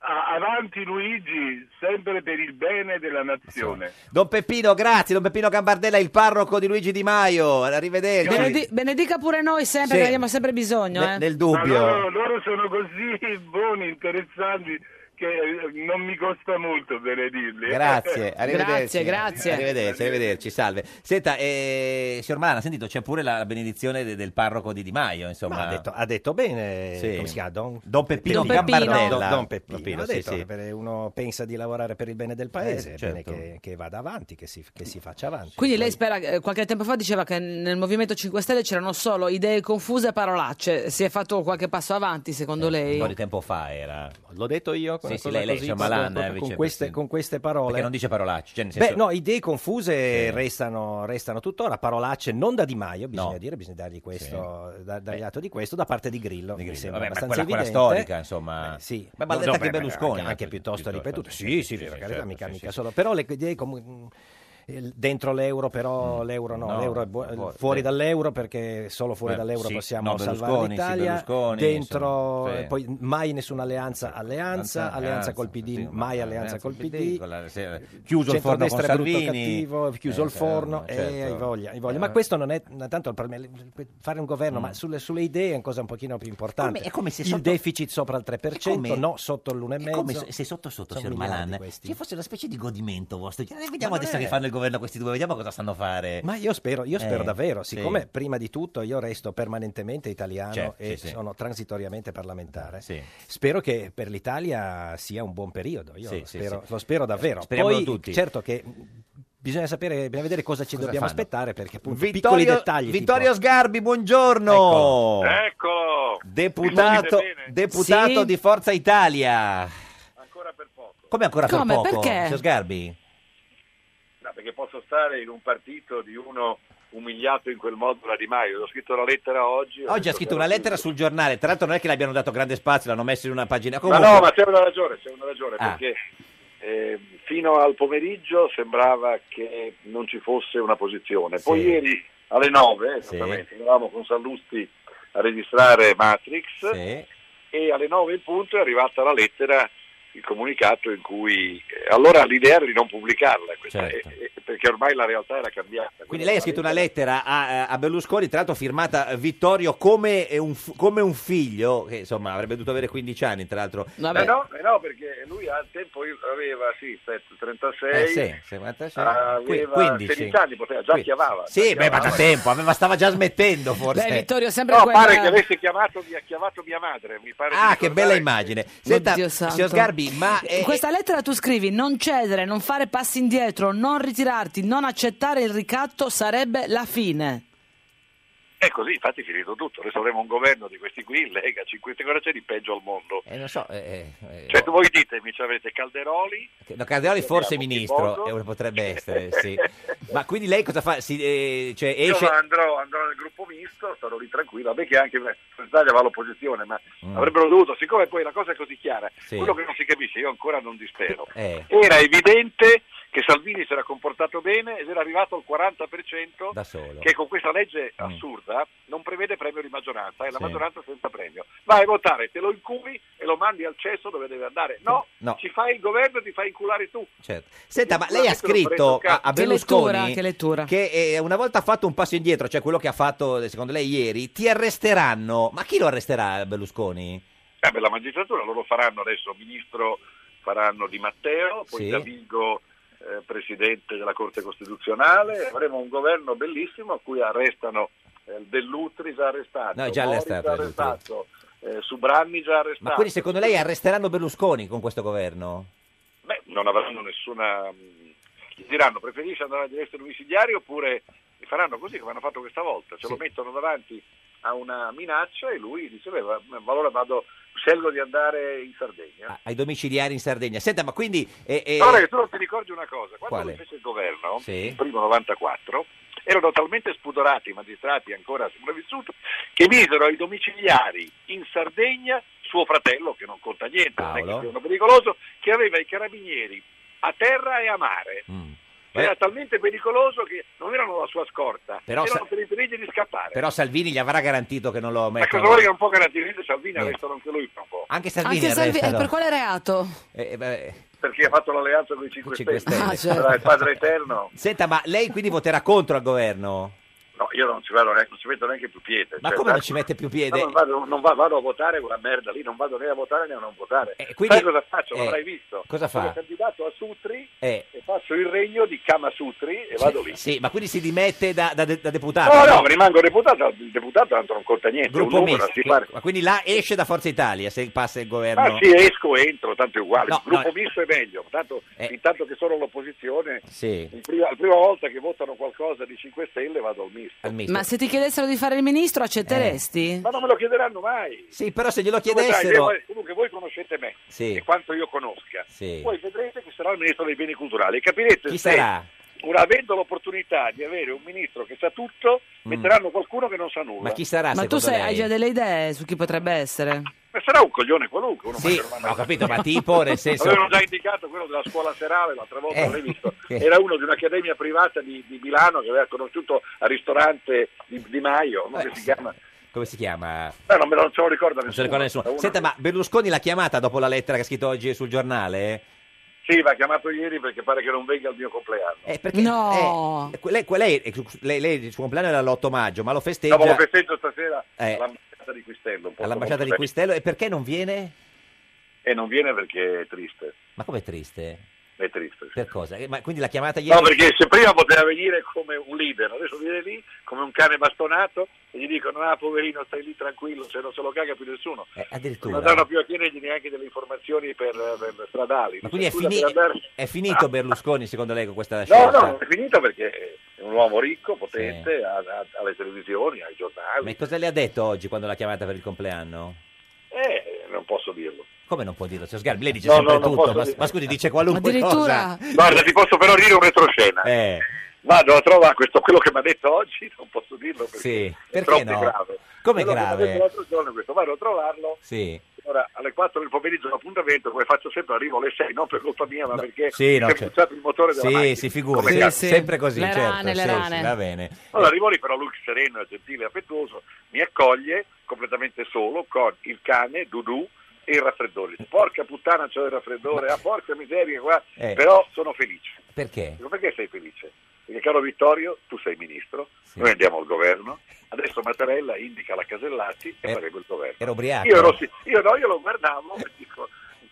A- avanti Luigi, sempre per il bene della nazione.
Don Peppino, grazie, Don Peppino Gambardella, il parroco di Luigi Di Maio. Arrivederci.
Benedi- benedica pure noi sempre,
Eh, Sì.
perché abbiamo sempre bisogno.
Ne-
eh.
nel dubbio.
Ma loro, loro sono così buoni, interessanti,
che eh, non mi costa molto benedirli.
Grazie, arrivederci.
Grazie, grazie.
Arrivederci, arrivederci, salve. Senta, eh, signor Malan, ha sentito, c'è pure la benedizione de- del parroco di Di Maio, insomma.
Ma ha detto- ha detto bene,
Sì.
come si chiama? Don,
Don Peppino
Don
Gambardella.
Don, Don Peppino,
Peppino,
ha
sì,
detto,
sì.
per- uno pensa di lavorare per il bene del paese,
Eh,
è bene
certo.
che, che vada avanti, che si, che si faccia avanti.
Quindi lei spera, eh, qualche tempo fa diceva che nel Movimento 5 Stelle c'erano solo idee confuse e parolacce. Si è fatto qualche passo avanti, secondo lei?
Eh, Un po' di tempo fa era.
L'ho detto io?
Sì, sì,
Cosa
lei, lei,
così,
signor
proprio-
Malan,
proprio
eh,
con,
vice-
queste, con queste parole.
Perché non dice parolacce, cioè nel
Beh,
senso-
no, idee confuse restano, restano tuttora, parolacce non da Di Maio, bisogna dire, bisogna dargli questo, da- dargli atto di questo, da parte di Grillo. mi sembra
Vabbè, ma
abbastanza
quella, quella
evidente.
storica, insomma. sì. Ma l'ha
No,
detta
no,
anche
beh,
Berlusconi.
Anche, anche piuttosto ripetuto. Sì, sì, per carità,
certo,
mica,
sì,
mica
sì,
solo. Però le idee comu- eh, Dentro l'euro, però l'euro no,
Mm. no,
l'euro è buo-
fu-
fuori
eh.
dall'euro perché solo fuori
Beh,
dall'euro
sì,
possiamo
no, Berlusconi,
salvare
sì,
l'Italia.
Berlusconi,
Dentro,
insomma, sì.
eh, poi mai nessuna alleanza, alleanza, alleanza col PD, mai alleanza col PD.
con la- se- chiuso il forno con
Centrodestra è brutto
Salvini.
cattivo, chiuso
Eh,
il forno,
certo.
e hai voglia, hai voglia.
Eh, Mm.
Ma questo non è non è tanto il problema. Fare un governo, ma sulle, sulle idee è una cosa un pochino più importante.
Come- è come se
il
sotto-
deficit sopra il 3%,
è come-
no, sotto l'1,5%.
È come se- se sotto sotto, signor Malan, ci fosse una specie di godimento vostro. Eh, Vediamo adesso che fanno il governo questi due, vediamo cosa sanno fare.
Ma io spero, io spero
Eh,
davvero,
sì.
siccome prima di tutto io resto permanentemente italiano
Certo,
e
sì, sì.
sono transitoriamente parlamentare,
Sì.
spero che per l'Italia sia un buon periodo, io
Sì,
lo,
sì,
spero,
sì.
lo spero davvero.
Speriamolo
Poi
tutti.
certo che bisogna sapere, bisogna vedere cosa ci
Cosa
dobbiamo
fanno?
aspettare perché appunto piccoli
Vittorio,
dettagli tipo-
Vittorio Sgarbi, buongiorno.
Eccolo.
Eh. Deputato,
Mi sentite bene?
deputato
Sì.
di Forza Italia.
Ancora per poco.
Come ancora
Come?
per poco?
Perché?
signor Sgarbi?
No, perché posso stare in un partito di uno umiliato in quel modo da Di Maio. Ho scritto la lettera oggi. ho
Oggi ha
detto
scritto
che
una
era-
lettera sul giornale, tra l'altro non è che le abbiano dato grande spazio, l'hanno messo in una pagina.
Ma
Comunque,
no, ma c'è una ragione, c'è una ragione,
Ah.
perché eh, fino al pomeriggio sembrava che non ci fosse una posizione. Poi
Sì.
ieri alle 9, esattamente, eravamo con Sallusti a registrare Matrix
Sì.
e alle 9 in punto è arrivata la lettera, il comunicato in cui... eh, Allora l'idea era di non pubblicarla, questa,
Certo.
eh, eh, perché ormai la realtà era cambiata.
Quindi lei ha scritto una lettera a, a Berlusconi, tra l'altro firmata eh, Vittorio come eh, un, f- come un figlio, che insomma avrebbe dovuto avere 15 anni, tra l'altro.
Eh no, eh no, perché lui al tempo io- aveva, sì, aspetta, 36,
Eh, sì, 56,
aveva
qui- 15.
16 anni, poteva, già
Qui-
chiamava. già
Sì, beh, ma
chiamava.
da tempo, aveva- stava già smettendo forse.
Beh, Vittorio, sempre
no,
quella-
pare che avesse chiamato, mi ha chiamato mia madre, mi pare.
Ah, che bella immagine. Senta,
Oddio santo.
signor Sgarbi, ma... eh,
In questa lettera tu scrivi non cedere, non fare passi indietro, non ritirarti, non accettare il ricatto sarebbe la fine.
È così, infatti è finito tutto. Adesso avremo un governo di questi qui, Lega, 5 Stelle, cosa c'è di peggio al mondo?
eh, non so, eh, eh,
Cioè, voi ditemi, ci avete Calderoli,
eh, no, Calderoli forse ministro,
Chimoso.
eh, potrebbe essere, sì. Ma quindi lei cosa fa? Si, eh, cioè,
io
esce...
andrò, andrò nel gruppo misto, starò lì tranquillo, vabbè che anche in Italia va all'opposizione, ma
Mm.
avrebbero dovuto, siccome poi la cosa è così chiara,
Sì.
quello che non si capisce, io ancora non dispero,
Eh,
era evidente che Salvini si era comportato bene ed era arrivato al 40%
da solo.
che con questa legge
Mm.
assurda non prevede premio di maggioranza, è la
Sì.
maggioranza senza premio. Vai a votare, te lo inculi e lo mandi al cesso dove deve andare. No,
No.
ci fai il governo e ti fai inculare tu.
Certo. Senta, ma
Io
lei ha
sicuramente non prendo
scritto a,
cazzo.
a
Che
Berlusconi
lettura, che
che, eh, una volta fatto un passo indietro, cioè quello che ha fatto, eh, secondo lei, ieri, ti arresteranno. Ma chi lo arresterà, Berlusconi?
Eh beh, la magistratura loro faranno adesso ministro, faranno Di Matteo, poi
Sì.
Davigo eh, presidente della Corte Costituzionale, avremo un governo bellissimo a cui arrestano eh, Dell'Utri già arrestato,
No, è già
Mori
arrestato,
già
Dell'Utri.
arrestato, eh, Subranni già arrestato.
Ma quindi, secondo lei, arresteranno Berlusconi con questo governo?
Beh, non avranno nessuna... mh, Gli diranno preferisci andare all'arresto domiciliare oppure faranno così come hanno fatto questa volta, ce lo mettono davanti a una minaccia e lui dice beh, va- ma allora vado, scelgo di andare in Sardegna.
Ai domiciliari in Sardegna. Senta, ma quindi... eh, eh,
Allora che tu non ti ricordi una cosa, quando
Quale?
lui fece il governo,
Sì.
il primo 94, erano talmente spudorati i magistrati ancora sopravvissuti che misero ai domiciliari in Sardegna suo fratello, che non conta niente, non è che
Paolo.
sia uno pericoloso, che aveva i carabinieri a terra e a mare.
Mm.
Era talmente pericoloso che non erano la sua scorta,
Però
erano
sa-
per i perigli di scappare.
Però Salvini gli avrà garantito che non lo
Ma cosa
mettono.
vuole che un po' garantire Salvini
Niente.
arrestano anche lui fra un po'?
Anche Salvini
Anche Salvi-
arrestano.
eh, per quale reato?
Eh, eh, beh,
Perché ha fatto l'alleanza con i 5,
Cinque
Stelle,
Stelle. Ah, certo.
tra il Padre Eterno.
Senta, ma lei quindi voterà contro al governo?
No, io non ci vado neanche, non ci metto neanche più piede.
Ma
Cioè,
come non
dai,
ci mette più
ma
piede?
non vado, non va- vado a votare quella merda lì, non vado né a votare né a non votare.
quindi-
Sai cosa faccio?
eh,
L'avrai visto.
cosa fa?
Sono candidato a Sutri
Eh.
e faccio il regno di Kama Sutri e vado lì. Oh,
Sì, ma quindi si dimette da, da de- da deputato?
No, no, rimango deputato, il deputato tanto non conta niente,
Gruppo
un numero,
misto.
si fa-
Ma quindi là esce da Forza Italia se passa il
Ma
governo?
sì, esco e entro, tanto è uguale.
No,
il gruppo
no. Eh.
misto è meglio, tanto, intanto che sono l'opposizione,
Sì.
il prima- la prima volta che votano qualcosa di 5 Stelle vado al misto.
Ma se ti chiedessero di fare il ministro accetteresti?
Eh.
Ma non me lo chiederanno mai.
Sì, però se glielo
Come sai,
chiedessero-
voi- comunque voi conoscete me
Sì.
e quanto io conosca.
Sì.
Poi vedrete chi sarà il ministro dei beni culturali. Capirete
Chi
se,
sarà?
pur avendo l'opportunità di avere un ministro che sa tutto,
Mm.
metteranno qualcuno che non sa nulla.
Ma chi sarà
Ma tu
secondo
sei-
lei?
hai già delle idee su chi potrebbe essere?
Ma sarà un coglione qualunque. Uno
Sì, ho capito, ma tipo nel senso...
Avevano già indicato quello della scuola serale l'altra volta,
Eh,
l'hai visto?
eh.
Era uno di un'accademia privata di, di Milano che aveva conosciuto al ristorante di, di Maio, no? che si chiama...
Come si chiama?
No, non me lo, non ce lo ricorda
Eh, Non se
nessuno.
ne ricorda nessuno.
Uno-
Senta, ma Berlusconi l'ha chiamata dopo la lettera che ha scritto oggi sul giornale?
Sì, va chiamato ieri perché pare che non venga al mio compleanno.
Eh, perché, no! lei, lei- eh, lei- lei- il suo compleanno era l'8 maggio, ma lo festeggia
No, ma lo festeggio stasera
Eh.
all'ambasciata di Cristello. un posto
all'ambasciata di
molto bello.
Cristello. E perché non viene?
E non viene perché è triste.
Ma com'è triste?
È triste.
Per cosa? Eh, Ma quindi l'ha chiamata ieri?
No, perché se prima poteva venire come un leader, adesso viene lì come un cane bastonato e gli dicono, ah poverino, stai lì tranquillo, se non se lo caga più nessuno.
Eh, addirittura.
Non danno più a chiedergli neanche delle informazioni per, per stradali.
Ma quindi è,
Dice, "Scusa,
fini-
per andare- Ah.
è finito Berlusconi secondo lei con questa
No,
scelta?
no, non è finita perché è un uomo ricco, potente, ha, ha- ha le televisioni, ai giornali.
Ma cosa le ha detto oggi quando l'ha chiamata per il compleanno?
Eh, non posso dirlo.
Come non può dirlo? Signor Sgarbi, lei dice
No,
sempre
no, non
tutto,
posso
ma,
dire.
ma scusi, dice qualunque cosa.
Guarda, ti posso però dire un retroscena.
Eh.
Vado a trovare questo, quello che mi ha detto oggi, non posso dirlo perché
Sì,
è
perché
troppo
no?
grave. Quello che
Come
mi ha
grave?
detto l'altro giorno è questo, vado a trovarlo,
Sì.
ora alle 4 del pomeriggio l'appuntamento, come faccio sempre, arrivo alle 6, non per colpa mia, ma perché
Sì, no,
si è
cioè-
Eh, bruciato il motore della
Sì,
macchina.
si figura,
Come cazzo?
sempre così,
Le
certo,
rane, le
sì, sì,
rane.
va bene.
Allora arrivo lì, però lui sereno, gentile e affettuoso, mi accoglie completamente solo con il cane, Dudu, e il raffreddore. Porca puttana c'ho il raffreddore, ah porca miseria qua,
Eh.
però sono felice.
Perché?
Dico, perché sei felice? Perché caro Vittorio, tu sei ministro, noi andiamo al governo, adesso Mattarella indica la Casellati e farebbe il governo.
Eh, Era ubriaco. eh.
Io, ero, io no, io lo guardavo e dico,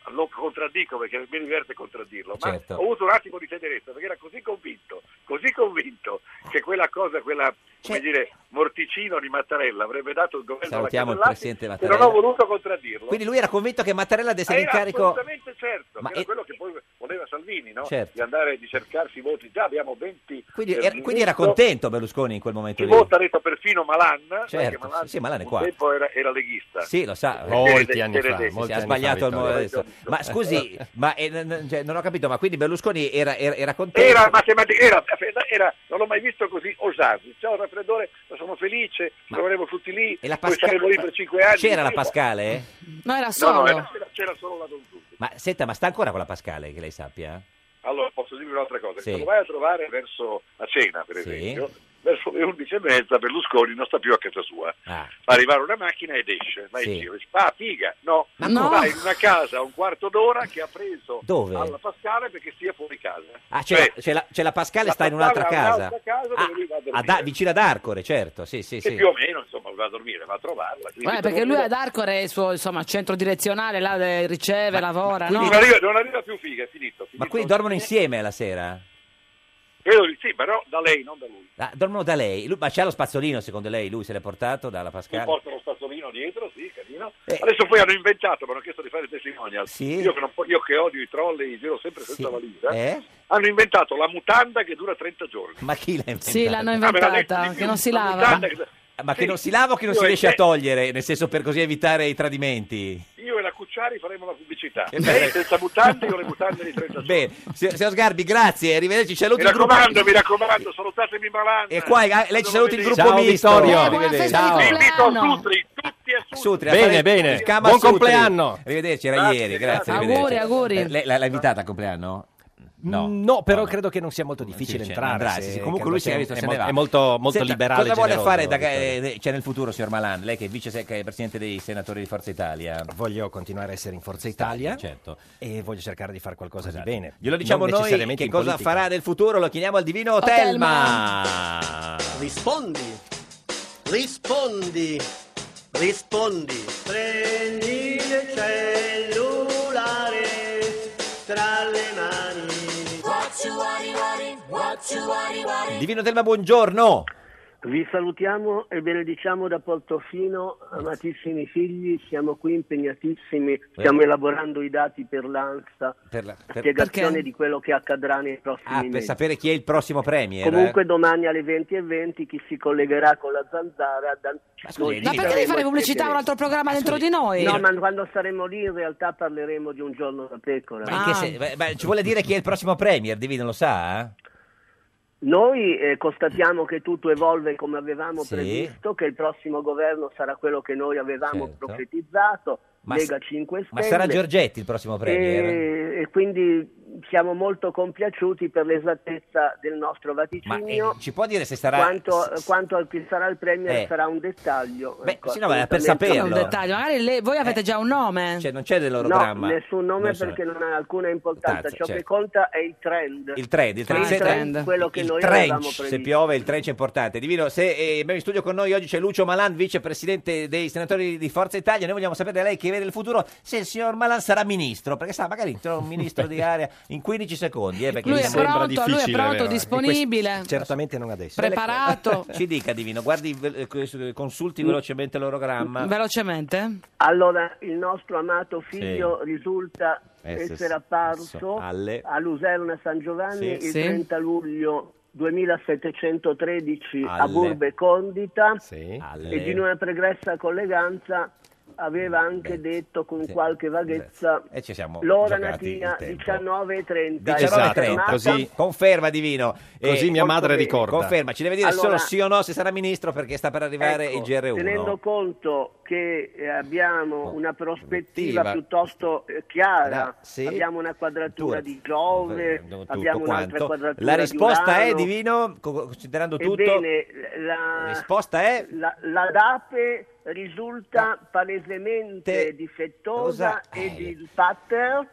lo contraddico perché mi diverte contraddirlo, ma
Certo.
ho avuto un attimo di tenerezza perché era così convinto, così convinto che quella cosa, quella come dire, morticino di Mattarella avrebbe dato il governo
Salutiamo il
alla
presidente
Casellati che
Mattarella.
non ho voluto contraddirlo.
Quindi lui era convinto che Mattarella desse
Ah, era
l'incarico...
assolutamente certo,
Ma
che era
è-
quello che poi voleva Salvini, no?
Certo.
di andare di cercarsi i voti. Già abbiamo 20
Quindi
eh,
era,
ministro.
quindi era contento Berlusconi in quel momento
Chi
lì?
vota ha detto perfino Malan, sai
Certo,
che Malan,
sì, sì, Malan è
un
qua.
tempo era, era leghista.
Sì, lo sa.
Molti anni fa,
Sì, sì,
molti
ha
anni
sbagliato
fa,
il modo
Vittorio.
adesso. Ma scusi, ma eh, n- n- cioè, non ho capito, ma quindi Berlusconi era, era, era contento?
Era matematica, era, era- non l'ho mai visto così osarsi. Ciao raffreddore, ma sono felice, troveremo tutti lì,
E la
poi
Pasca-
saremo lì per 5 anni.
C'era la
Io-
Pascale? eh?
No, era
diciamo. No, no,
solo.
era- c'era, c'era solo la Don Giulio.
Ma senta, ma sta ancora con la Pascale, che lei sappia?
Allora posso dirvi un'altra cosa,
Sì.
se lo vai a trovare verso a cena, per esempio, verso le 11 e mezza Berlusconi non sta più a casa sua.
Ah.
Fa arrivare una macchina ed esce, vai
Sì.
in giro, dice, ah figa, no,
Ma
no.
come?
va in una casa a un quarto d'ora che ha preso
Dove?
alla Pascale perché stia fuori casa.
Ah, c'è, la, c'è la- c'è la Pascale, sta in un'altra
Pascale ha
casa.
un'altra casa dove lui va a dormire.
Ad A- vicino ad Arcore, certo, sì, sì,
che
sì.
più o meno insomma va a dormire, va a trovarla. quindi
Vabbè, Eh, perché
per
lui
dire-
ad Arcore è il suo insomma, centro direzionale, là eh, riceve, lavora, no?
non, arriva, non arriva più figa, è finito.
Ma quindi dormono insieme alla sera?
Credo di sì, però da lei, non da lui.
Ah, dormono da lei? Lui- ma c'ha lo spazzolino, secondo lei? Lui se l'è portato dalla Pascale?
Mi porta lo spazzolino dietro, sì, carino. Adesso poi hanno inventato, mi hanno chiesto di fare il testimonial.
Eh. Sì.
Io, che non po- io che odio i troll e giro sempre senza valigia,
Eh?
hanno inventato la mutanda che dura 30 giorni.
Ma chi l'ha inventata?
Sì, l'hanno
Ah, me l'ha detto
inventata,
di
che non si
La
lava.
mutanda che-
Eh, Ma che
Sì.
non si lava o che non
Io
si
e
riesce a
te-
togliere? Nel senso, per così evitare i tradimenti?
Io e la Cucciari faremo la pubblicità.
Che
Lei
bello.
senza mutande, io le mutande di 30 giorni.
Bene, signor signor Sgarbi, grazie, arrivederci. Saluti
Mi
il gruppo.
raccomando, mi raccomando, salutatemi Malan.
E qua eh, lei ci saluti il gruppo
Ciao,
misto.
Vittorio. Eh,
buona
Arrivederci.
festa di Ciao.
Ah,
Invito a Sutri,
Sutri,
Bene,
Raffaele-
bene.
si chiama
Buon
Sutri.
compleanno.
Arrivederci, era
Grazie,
ieri, grazie.
grazie.
arrivederci.
Auguri, auguri.
Eh, lei l'ha l'ha invitata al compleanno? Mm, No.
No, però credo che non sia molto difficile
Sì, cioè,
entrare.
andrà,
se-
sì, sì. Comunque
credo
lui si
sia-
è visto,
è
se
mol-
ne va.
È molto, molto
Senta,
liberale.
Cosa vuole
generoso,
fare da-
Vittorio.
eh, cioè, nel futuro, signor Malan? Lei che è, vice, che è presidente dei senatori di Forza Italia.
Voglio continuare a essere in Forza Italia
certo.
e voglio cercare di fare qualcosa di bene.
Glielo diciamo
Non
noi
necessariamente
che
in
cosa
politica.
farà nel futuro, lo chiediamo al divino
Otelma.
Telma.
Rispondi. Rispondi, rispondi. Prendi il cellulare tra le mani. What you worry, worry, what you worry, worry.
Divino Telma, buongiorno.
Vi salutiamo e benediciamo da Portofino, amatissimi figli, siamo qui impegnatissimi, stiamo elaborando i dati per l'ANSA,
Per la- per-
spiegazione
Perché?
di quello che accadrà nei prossimi
Ah,
mesi.
per sapere eh. chi è il prossimo premier.
Comunque domani alle 20.20 chi si collegherà con la zanzara... da-
scusi,
noi
Ma perché
devi
daremo
fare
il
pubblicità a un
sedere.
altro programma dentro di noi?
No, ma quando saremo lì in realtà parleremo di un giorno da pecora.
Ma in
Ah.
che se- beh, beh, ci vuole dire chi è il prossimo premier, Divino lo sa? eh?
Noi eh, constatiamo che tutto evolve come avevamo
Sì.
previsto, che il prossimo governo sarà quello che noi avevamo
Certo.
profetizzato,
Ma
Lega
s-
5 Stelle.
Ma sarà Giorgetti il prossimo premier?
e, e quindi siamo molto compiaciuti per l'esattezza del nostro vaticinio.
Ma, eh, ci può dire se sarà-
Quanto, eh,
s-
quanto a chi sarà il Premier
Eh.
sarà un dettaglio.
Beh,
ecco,
sì, no, ma per
assolutamente.
saperlo.
Un dettaglio, magari lei- voi avete già un nome.
Cioè, non c'è
No,
dell'orogramma.
nessun nome
Non so.
perché non ha alcuna importanza.
Tanto,
Ciò che
certo.
conta è il trend.
Il trend, il trend. Se-
eh, quello che
il
noi avevamo
trench, se
previsto.
piove il trench è importante. Divino, se eh, ben in studio con noi oggi c'è Lucio Malan, vicepresidente dei senatori di Forza Italia, noi vogliamo sapere da lei che vede il futuro se il signor Malan sarà ministro, perché sa, magari trova un ministro di area in 15 secondi. eh, perché
Lui
mi
è
sembra
pronto, lui è
difficile,
pronto,
vero?
disponibile. Quest-
certamente non adesso.
Preparato.
Ecco, Ci dica Divino, guardi, ve- eh, consulti velocemente l'orogramma.
Velocemente?
Allora, il nostro amato figlio risulta
Essere-
essere apparso
alle-
a Luserna San Giovanni
Sì.
il
Sì.
30 luglio 2713 a
Alle-
Burbe Condita
Alle-
e di una pregressa colleganza aveva anche detto con
Sì.
qualche vaghezza
E ci siamo
l'ora
giocati
natina
il tempo.
19.30.
19.30,
Fermata.
Esatto, così conferma Divino.
Così mia
molto
madre
bene.
ricorda.
Conferma, ci deve dire
Allora-
solo sì o no se sarà ministro perché sta per arrivare
Ecco,
il GR1.
Tenendo conto che eh, abbiamo una prospettiva
prospettiva.
piuttosto eh, chiara,
Da- sì.
abbiamo una
Dura.
quadratura di Giove,
Tutto
abbiamo un'altra
quanto.
quadratura
La risposta
di
è
Urano.
Divino, co- considerando tutto. eh,
Ebbene, la,
risposta è? Ah.
la, la DAPE risulta palesemente difettosa
cosa- eh,
e di pattern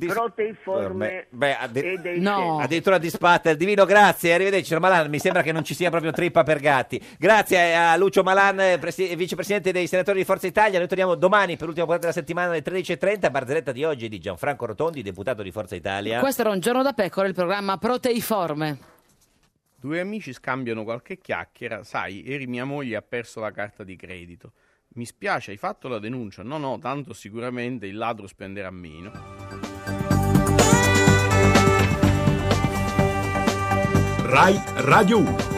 Eh,
proteiforme
beh, addi-
e dei
Addirittura di spatter. Divino, grazie, arrivederci. signor Malan, mi sembra che non ci sia proprio trippa per gatti. Grazie a Lucio Malan, eh, presi- vicepresidente dei senatori di Forza Italia. Noi torniamo domani per l'ultima puntata della settimana alle 13.30. Barzelletta di oggi di Gianfranco Rotondi, deputato di Forza Italia.
Questo era un giorno da pecora, il programma Proteiforme.
Due amici scambiano qualche chiacchiera. Sai, ieri mia moglie ha perso la carta di credito. Mi spiace, hai fatto la denuncia. No, no, tanto sicuramente il ladro spenderà meno.
Rai Radio 1.